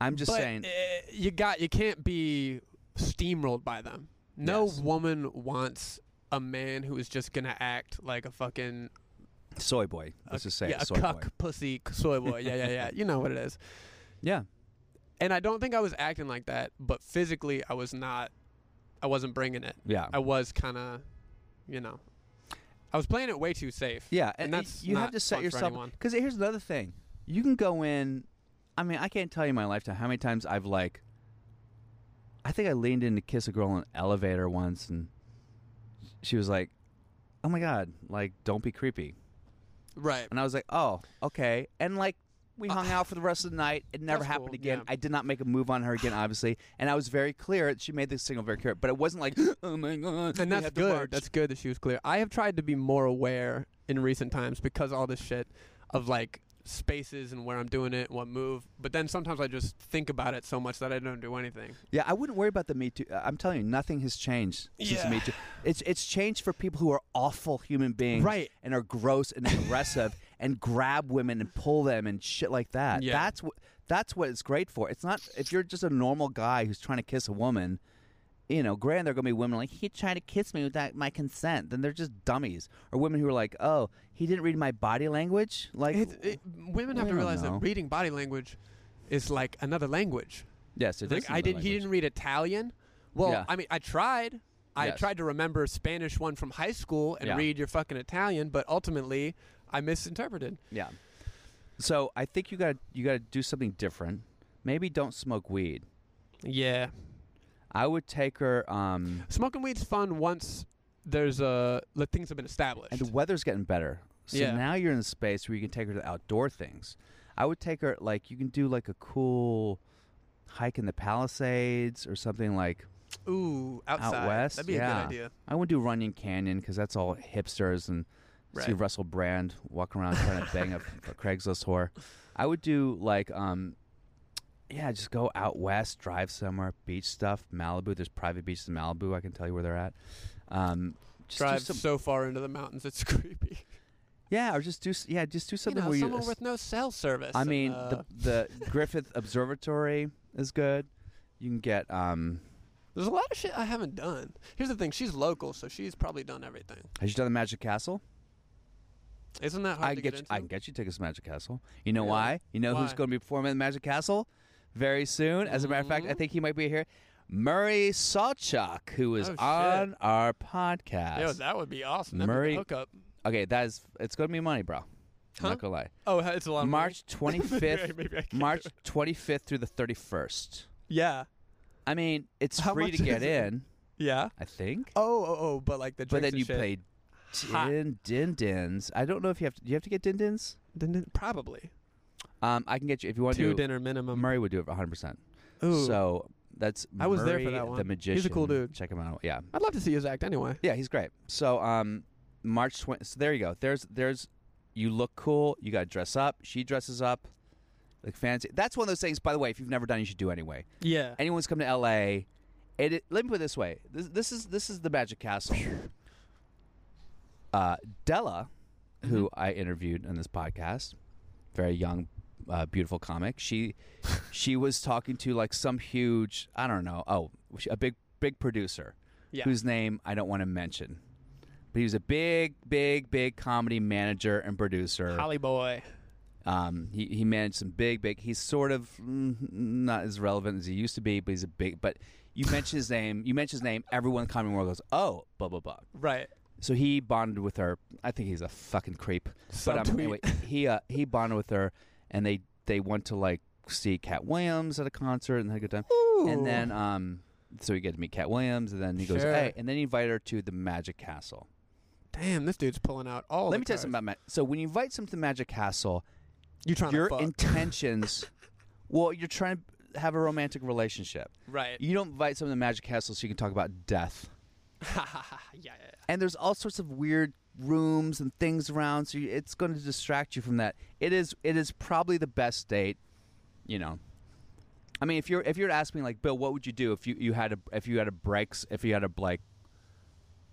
S1: I'm just
S2: but
S1: saying,
S2: uh, you got you can't be steamrolled by them. No
S1: Yes.
S2: woman wants a man who is just gonna act like a fucking
S1: soy boy. Let's just say
S2: yeah, a
S1: soy
S2: cuck
S1: boy.
S2: pussy soy boy. Yeah, yeah, yeah. you know what it is.
S1: Yeah,
S2: And I don't think I was acting like that, but physically I was not. I wasn't bringing it.
S1: yeah,
S2: I was kind of, you know, I was playing it way too safe.
S1: yeah.
S2: and that's
S1: you have
S2: not
S1: to set
S2: fun for
S1: yourself
S2: anyone.
S1: because here's another thing. You can go in. I mean, I can't tell you in my lifetime how many times I've like. I think I leaned in to kiss a girl in an elevator once, and she was like, "Oh my god, like don't be creepy."
S2: Right.
S1: And I was like, oh, okay. And like, we
S2: Uh,
S1: hung out for the rest of the night. It never
S2: that's
S1: happened
S2: cool,
S1: again.
S2: yeah.
S1: I did not make a move on her again, obviously. And I was very clear. She made the signal very clear. But it wasn't like, oh my God.
S2: And
S1: we
S2: that's
S1: have to march."
S2: good. That's good that she was clear. I have tried to be more aware in recent times because all this shit of like spaces and where I'm doing it and what move. But then sometimes I just think about it so much that I don't do anything.
S1: yeah, I wouldn't worry about the Me Too. Uh, I'm telling you, nothing has changed since the
S2: Yeah.
S1: Me Too. It's, it's changed for people who are awful human beings
S2: Right.
S1: and are gross and aggressive and grab women and pull them and shit like that.
S2: Yeah.
S1: That's what that's what it's great for. It's not if you're just a normal guy who's trying to kiss a woman. You know, granted, there are gonna be women like he tried to kiss me without my consent. Then they're just dummies, or women who are like, "Oh, he didn't read my body language." Like,
S2: It, it, women have
S1: We don't
S2: to realize
S1: know.
S2: that reading body language is like another language.
S1: yes, it
S2: It's like I didn't. He didn't read Italian. Well,
S1: Yeah.
S2: I mean, I tried. I
S1: Yes.
S2: tried to remember Spanish one from high school and
S1: Yeah.
S2: read your fucking Italian, but ultimately I misinterpreted.
S1: Yeah. So I think you got to you got to do something different. Maybe don't smoke weed.
S2: Yeah.
S1: I would take her. Um,
S2: Smoking weed's fun once there's a like, things have been established.
S1: And the weather's getting better. So
S2: Yeah.
S1: now you're in a space where you can take her to outdoor things. I would take her like you can do like a cool hike in the Palisades or something like
S2: Ooh, outside.
S1: out west.
S2: That'd be
S1: yeah.
S2: a good idea.
S1: I wouldn't do Runyon Canyon because that's all hipsters and see
S2: Right.
S1: Russell Brand walking around trying to bang a, a Craigslist whore. I would do like um yeah, just go out west, drive somewhere, beach stuff, Malibu. There's private beaches in Malibu. I can tell you where they're at. Um, just do
S2: Drive
S1: some-
S2: so far into the mountains, it's creepy.
S1: yeah, or just do s- yeah, just do something
S2: you know,
S1: where
S2: someone
S1: you
S2: with no cell service.
S1: I
S2: and,
S1: mean,
S2: uh,
S1: the the Griffith Observatory is good. You can get um.
S2: there's a lot of shit I haven't done. Here's the thing: she's local, so she's probably done everything.
S1: Has you done the Magic Castle?
S2: Isn't that hard
S1: I
S2: to
S1: can
S2: get,
S1: get you,
S2: into?
S1: I can get you tickets to Magic Castle. You know
S2: Really?
S1: why? You know who's
S2: Why?
S1: going to be performing at the Magic Castle very soon. As a matter of fact,
S2: Mm-hmm.
S1: I think he might be here. Murray Salchuk, who is
S2: Oh, shit.
S1: on our podcast.
S2: Yo, that would be awesome. That'd
S1: Murray-
S2: be a hookup.
S1: okay, that is it's going to be money, bro. I'm
S2: Huh?
S1: not gonna lie.
S2: Oh, it's a lot. Of money.
S1: March twenty fifth,
S2: Maybe I can't do
S1: March
S2: it.
S1: twenty fifth through the thirty first.
S2: Yeah.
S1: I mean, it's
S2: How
S1: free
S2: much
S1: to get
S2: is it?
S1: in.
S2: Yeah.
S1: I think.
S2: Oh, oh, oh, but like the
S1: But
S2: drinks
S1: then
S2: and
S1: you
S2: shit.
S1: play
S2: Hot.
S1: din din dins. I don't know if you have to. Do you have to get din dins?
S2: Then it- probably
S1: Um, I can get you if you want
S2: two
S1: to.
S2: dinner minimum.
S1: Murray would do it 100. percent
S2: Ooh.
S1: So that's
S2: I was there for
S1: Murray
S2: that
S1: The
S2: one.
S1: magician.
S2: He's a cool dude.
S1: Check him out. Yeah,
S2: I'd love to see his act anyway.
S1: yeah, he's great. So um, March 20. So there you go. There's there's you look cool. You got to dress up. She dresses up. Like fancy. That's one of those things. By the way, if you've never done, you should do anyway.
S2: Yeah.
S1: Anyone's come to L.A. It, it- let me put it this way. This, this is this is the Magic Castle. Uh, Della, who I interviewed on this podcast, very young, uh, beautiful comic. She she was talking to like some huge I don't know oh she- a big big producer
S2: Yeah.
S1: whose name I don't want to mention, but he was a big big big comedy manager and producer.
S2: Holly boy.
S1: Um, he, he managed some big, big. He's sort of mm, not as relevant as he used to be, but he's a big. But you mention his name, you mention his name, everyone in the comedy world goes, "Oh, blah blah blah."
S2: Right.
S1: So he bonded with her. I think he's a fucking creep. But um,
S2: Subtweet.
S1: anyway, he uh, he bonded with her, and they they went to like see Cat Williams at a concert and had a good time. And then um, so he got to meet Cat Williams, and then he goes,
S2: Sure.
S1: "Hey," and then he invited her to the Magic Castle.
S2: damn, this dude's pulling out all.
S1: Let
S2: the
S1: me tell you
S2: cards.
S1: something about Magic. So when you invite someone to the Magic Castle,
S2: you trying
S1: your
S2: to fuck.
S1: intentions. well, you're trying to have a romantic relationship.
S2: right.
S1: You don't invite someone to Magic Castle so you can talk about death.
S2: yeah, yeah, yeah.
S1: And there's all sorts of weird rooms and things around, so you, it's going to distract you from that. It is it is probably the best date, you know. I mean, if you're if you're asking me like Bill, what would you do if you, you had a if you had a breaks if you had a like,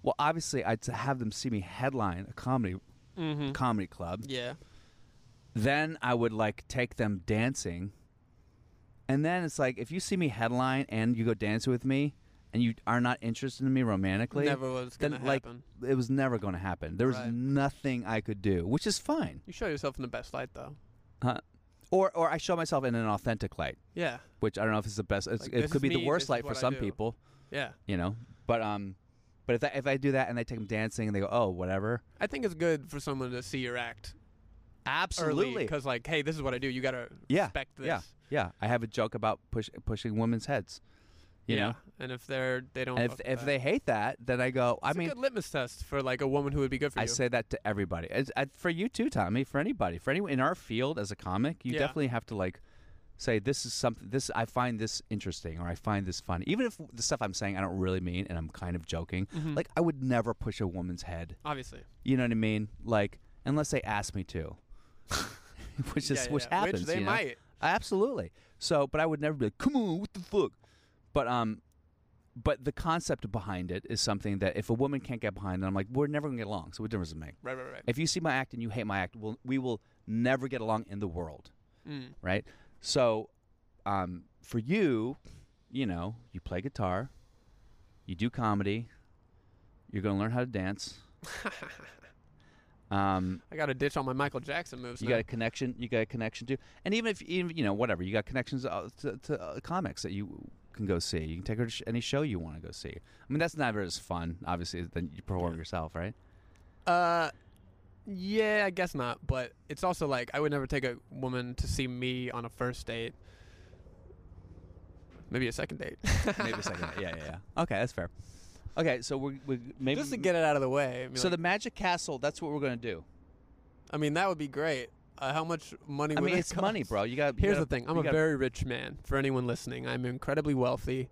S1: well, obviously I'd have them see me headline a comedy
S2: Mm-hmm.
S1: comedy club.
S2: Yeah.
S1: Then I would like take them dancing. And then it's like if you see me headline and you go dancing with me and you are not interested in me romantically,
S2: Never was
S1: then
S2: gonna
S1: like
S2: happen.
S1: it was never going to happen. There was
S2: Right.
S1: nothing I could do, which is fine.
S2: You show yourself in the best light, though.
S1: Huh? Or or I show myself in an authentic light,
S2: Yeah.
S1: which I don't know if it's the best. It's,
S2: Like, this
S1: it could
S2: is
S1: be the
S2: me, this
S1: worst
S2: is
S1: light for
S2: what I
S1: some
S2: do.
S1: people,
S2: Yeah.
S1: you know. But um, but if I, if I do that and they take them dancing and they go, oh, whatever,
S2: I think it's good for someone to see your act
S1: absolutely,
S2: Because, like, hey, this is what I do. You got to
S1: yeah,
S2: respect this.
S1: yeah, yeah. I have a joke about push, pushing women's heads, you know.
S2: And if they're, they don't.
S1: And if
S2: fuck with
S1: if
S2: that.
S1: they hate that, then I go. I
S2: It's
S1: mean,
S2: a good litmus test for like a woman who would be good for
S1: I
S2: you.
S1: say that to everybody. It's, I, for you too, Tommy. For anybody, for anyone in our field as a comic, you
S2: Yeah.
S1: definitely have to like say this is something. This I find this interesting, or I find this funny. Even if the stuff I'm saying I don't really mean, and I'm kind of joking.
S2: Mm.
S1: Like I would never push a woman's head.
S2: Mm-hmm. Obviously,
S1: You know what I mean? Like unless they ask me to, which is which
S2: Yeah, yeah. Which
S1: happens.
S2: they
S1: you know?
S2: might.
S1: Absolutely. So, but I would never be like, come on, what the fuck? But um, but the concept behind it is something that if a woman can't get behind, then I'm like, we're never gonna get along. So what difference does it make?
S2: right, right, right.
S1: If you see my act and you hate my act, we'll, we will never get along in the world,
S2: Mm.
S1: right? So, um, for you, you know, you play guitar, you do comedy, you're gonna learn how to dance. um,
S2: Mm. I got to ditch all my Michael Jackson moves.
S1: you
S2: now.
S1: got a connection. You got a connection to, and even if even you know whatever, you got connections uh, to, to uh, comics that you can go see. You can take her to sh- any show you want to go see. I mean, that's never as fun, obviously, than you perform yourself, right?
S2: Uh, yeah, I guess not. But it's also like I would never take a woman to see me on a first date. Maybe a second date.
S1: Maybe a second. yeah, yeah, yeah. Okay, that's fair. Okay, so we're, we maybe
S2: Just to get it out of the way. I mean,
S1: so
S2: like-
S1: the Magic Castle. That's what we're gonna do.
S2: I mean that would be great. Uh, how much money?
S1: I
S2: would
S1: mean,
S2: that
S1: it's money,
S2: cost?
S1: bro. You got.
S2: Here's the thing. I'm a
S1: got
S2: very rich man. For anyone listening, I'm incredibly wealthy.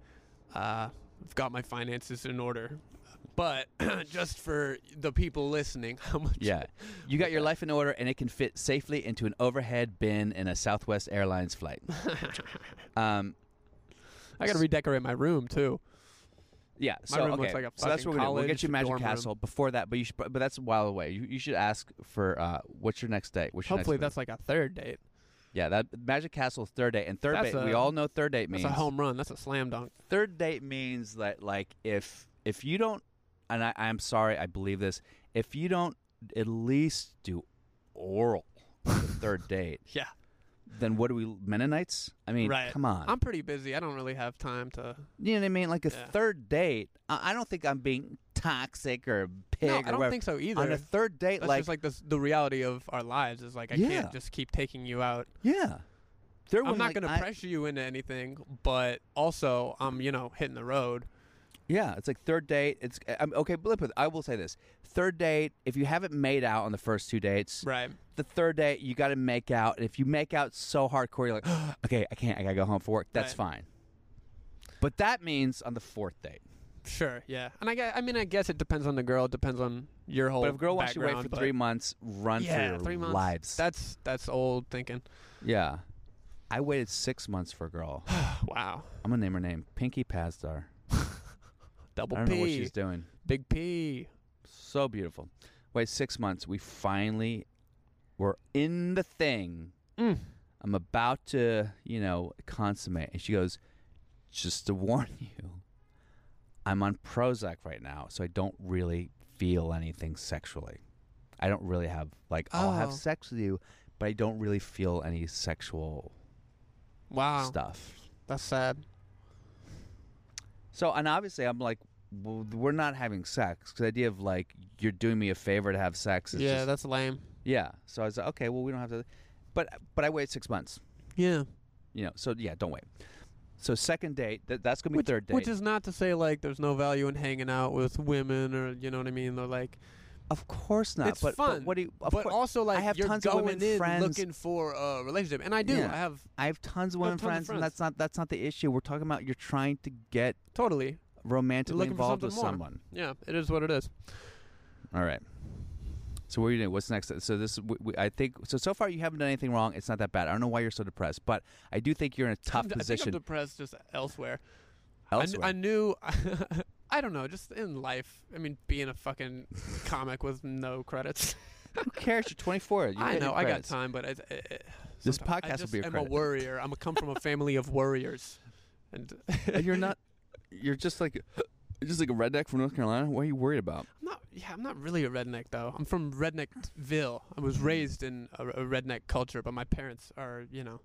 S2: Uh, I've got my finances in order. But just for the people listening, how much?
S1: Yeah, you got your life in order, and it can fit safely into an overhead bin in a Southwest Airlines flight. um,
S2: I got to redecorate my room too.
S1: Yeah,
S2: My
S1: so
S2: room
S1: okay,
S2: looks like a
S1: so that's
S2: fucking
S1: what we're gonna do. We'll
S2: college
S1: get you Magic
S2: dorm room.
S1: Castle before that, but you should, but that's a while away. You, you should ask for uh, what's your next date? What's your
S2: Hopefully,
S1: next
S2: that's like a third date.
S1: move? yeah, that Magic Castle third date and third
S2: That's
S1: date. we
S2: a-
S1: all know third date means
S2: That's a home run. That's a slam dunk.
S1: third date means that like if if you don't, and I, I'm sorry, I believe this. If you don't at least do oral on the third date,
S2: Yeah.
S1: then what are we Mennonites? I mean,
S2: right.
S1: come on,
S2: I'm pretty busy. I don't really have time to.
S1: you know what I mean? Like a
S2: Yeah.
S1: third date, I, I don't think I'm being toxic or pig.
S2: no,
S1: or
S2: I don't
S1: whatever.
S2: think so either.
S1: on a third date,
S2: that's
S1: like,
S2: just like the, the reality of our lives is like I
S1: Yeah.
S2: can't just keep taking you out.
S1: yeah, there
S2: I'm not going to pressure you into anything, but also I'm you know hitting the road.
S1: Yeah, it's like third date. It's I'm, okay. Blip with. I will say this: third date. If you haven't made out on the first two dates,
S2: Right.
S1: the third date you got to make out. And if you make out so hardcore, you're like, okay, I can't. I gotta go home for work. That's
S2: Right.
S1: fine. But that means on the fourth date.
S2: Sure. Yeah. And I, gue- I mean, I guess it depends on the girl. It depends on your whole.
S1: But if a girl wants you to wait
S2: background,
S1: for
S2: but-
S1: three months, run
S2: yeah,
S1: for your
S2: three months.
S1: lives.
S2: That's that's old thinking.
S1: yeah, I waited six months for a girl.
S2: Wow.
S1: I'm gonna name her name Pinky Pazdar. I
S2: Double
S1: don't know what
S2: P.
S1: she's doing.
S2: Big P.
S1: So beautiful. Wait, six months. We finally were in the thing.
S2: Mm.
S1: I'm about to, you know, consummate. And she goes, just to warn you, I'm on Prozac right now, so I don't really feel anything sexually. I don't really have, like, I'll
S2: Oh.
S1: have sex with you, but I don't really feel any sexual
S2: Wow.
S1: stuff.
S2: That's sad.
S1: So, and obviously, I'm like, well, we're not having sex. 'Cause The idea of, like, you're doing me a favor to have sex is
S2: yeah,
S1: just
S2: that's lame.
S1: Yeah. So I was like, okay, well, we don't have to. But but I waited six months.
S2: Yeah.
S1: You know. So yeah, don't wait. So second date. Th- that's gonna be
S2: Which,
S1: third date.
S2: which is not to say like there's no value in hanging out with women or you know what I mean. They're like
S1: of course not.
S2: it's
S1: but,
S2: fun.
S1: But what do you? Of
S2: but
S1: cour-
S2: also like
S1: I have
S2: you're
S1: tons of
S2: going
S1: women
S2: in
S1: friends.
S2: looking for a relationship, and I do.
S1: Yeah.
S2: I have
S1: I have tons of
S2: I
S1: women
S2: have tons of
S1: friends,
S2: friends.
S1: and that's not that's not the issue. We're talking about you're trying to get
S2: totally.
S1: romantically
S2: Looking for
S1: involved with
S2: something more.
S1: someone.
S2: Yeah, it is what it is.
S1: All right. So what are you doing? What's next? So this, we, we, I think. So so far you haven't done anything wrong. It's not that bad. I don't know why you're so depressed, but I do think you're in a tough
S2: I'm, d- I
S1: position
S2: think I'm depressed just elsewhere. I, kn-
S1: elsewhere.
S2: I knew. I don't know. Just in life. I mean, being a fucking comic with no credits.
S1: Who cares? You're 24. You
S2: I
S1: get your
S2: know. I got
S1: credits.
S2: time, but I, I, I-
S1: This
S2: sometimes-
S1: podcast
S2: I
S1: will
S2: just
S1: be a
S2: am
S1: credit.
S2: a worrier. I'm a come from a family of worriers, and
S1: And you're not. You're just like, just like a redneck from North Carolina. What are you worried about?
S2: I'm not. Yeah, I'm not really a redneck though. I'm from Redneckville. I was raised in a, a redneck culture, but my parents are, you know,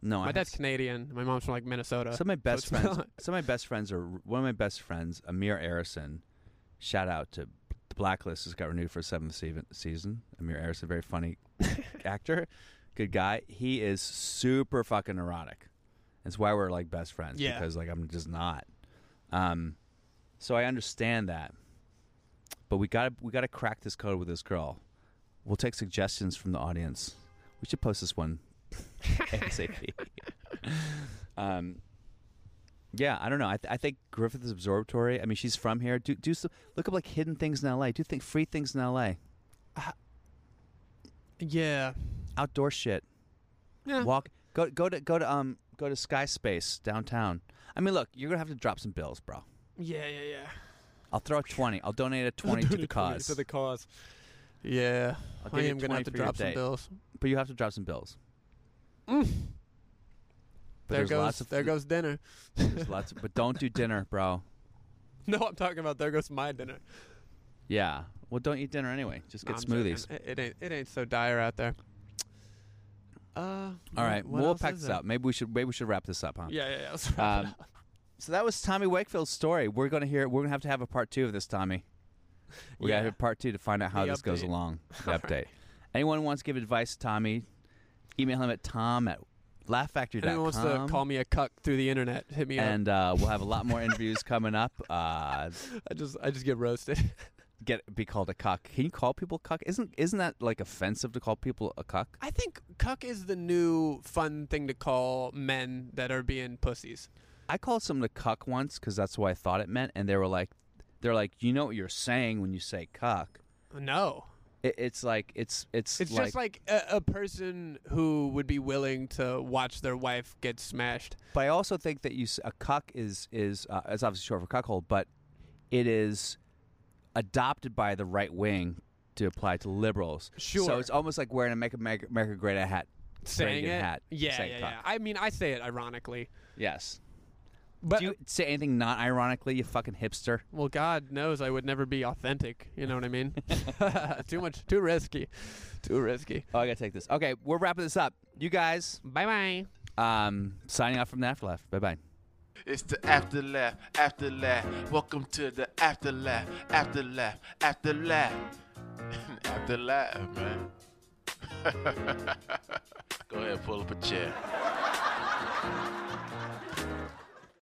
S1: No, Oh, I
S2: my
S1: have
S2: dad's
S1: s-
S2: Canadian. My mom's from like Minnesota.
S1: Some of my best
S2: it's
S1: friends.
S2: not-
S1: Some of my best friends are one of my best friends, Amir Arison. Shout out to the Blacklist has got renewed for a seventh se- season. Amir Arison, very funny actor, good guy. He is super fucking neurotic. That's why we're like best friends
S2: Yeah.
S1: because like I'm just not. Um, so I understand that, but we got to we got to crack this code with this girl. We'll take suggestions from the audience. We should post this one ASAP. um, yeah, I don't know. I, th- I think Griffith's Observatory. I mean, she's from here. Do do some, look up like hidden things in L.A. Do think free things in L.A.
S2: yeah.
S1: Outdoor shit.
S2: Yeah.
S1: Walk. Go go to go to um go to Sky Space downtown. I mean, look, you're gonna have to drop some bills, bro.
S2: Yeah. Yeah. Yeah.
S1: I'll throw a twenty. I'll donate a twenty to the cause.
S2: To the cause. Yeah.
S1: I'll
S2: I
S1: give you
S2: am gonna
S1: 20
S2: have to
S1: for your
S2: drop some
S1: date.
S2: bills.
S1: But you have to drop some bills. But
S2: Mm. there
S1: there's
S2: goes
S1: lots of
S2: there goes dinner.
S1: there's lots. Of, but don't do dinner, bro.
S2: No, I'm talking about there goes my dinner.
S1: Yeah. Well, don't eat dinner anyway. Just
S2: No,
S1: get
S2: I'm joking.
S1: smoothies.
S2: It, it ain't it ain't so dire out there. Uh.
S1: All
S2: what-
S1: right,
S2: what
S1: we'll
S2: else
S1: pack
S2: is
S1: this
S2: there?
S1: up. Maybe we should maybe we should wrap this up, huh?
S2: Yeah. Yeah. yeah let's wrap
S1: Um,
S2: it up.
S1: so that was Tommy Wakefield's story. We're gonna hear. We're gonna have to have a part two of this, Tommy. We
S2: Yeah.
S1: gotta have part two to find out how
S2: The
S1: this goes
S2: update.
S1: along. The
S2: All
S1: update. Anyone wants to give advice, to Tommy? Email him at tom at laughfactory.com.
S2: Anyone wants to call me a cuck through the internet? Hit me up.
S1: And uh, we'll have a lot more interviews coming up. Uh,
S2: I just I just get roasted.
S1: get be called a cuck. Can you call people cuck? Isn't isn't that like offensive to call people a cuck?
S2: I think cuck is the new fun thing to call men that are being pussies.
S1: I called someone a cuck once because that's what I thought it meant, and they were like, they're like, you know what you're saying when you say cuck.
S2: No,
S1: It, it's like it's it's
S2: it's just like a, a person who would be willing to watch their wife get smashed.
S1: But I also think that you s- a cuck is is uh, it's obviously short for cuckold, but it is adopted by the right wing to apply to liberals. So
S2: Sure.
S1: it's almost like wearing a make America, America great Again hat,
S2: Saying
S1: Reagan
S2: it,
S1: hat,
S2: yeah,
S1: saying
S2: yeah,
S1: cuck.
S2: yeah. I mean, I say it ironically,
S1: Yes.
S2: but
S1: Do you uh, say anything not ironically, you fucking hipster?
S2: well, God knows I would never be authentic. You know what I mean? too much, too risky, too risky.
S1: Oh, I gotta take this. Okay, we're wrapping this up. You guys,
S2: Bye bye.
S1: um, signing off from the afterlife. Bye bye.
S3: It's the afterlife, afterlife. Welcome to the afterlife, afterlife, afterlife, afterlife, man. Go ahead, pull up a chair.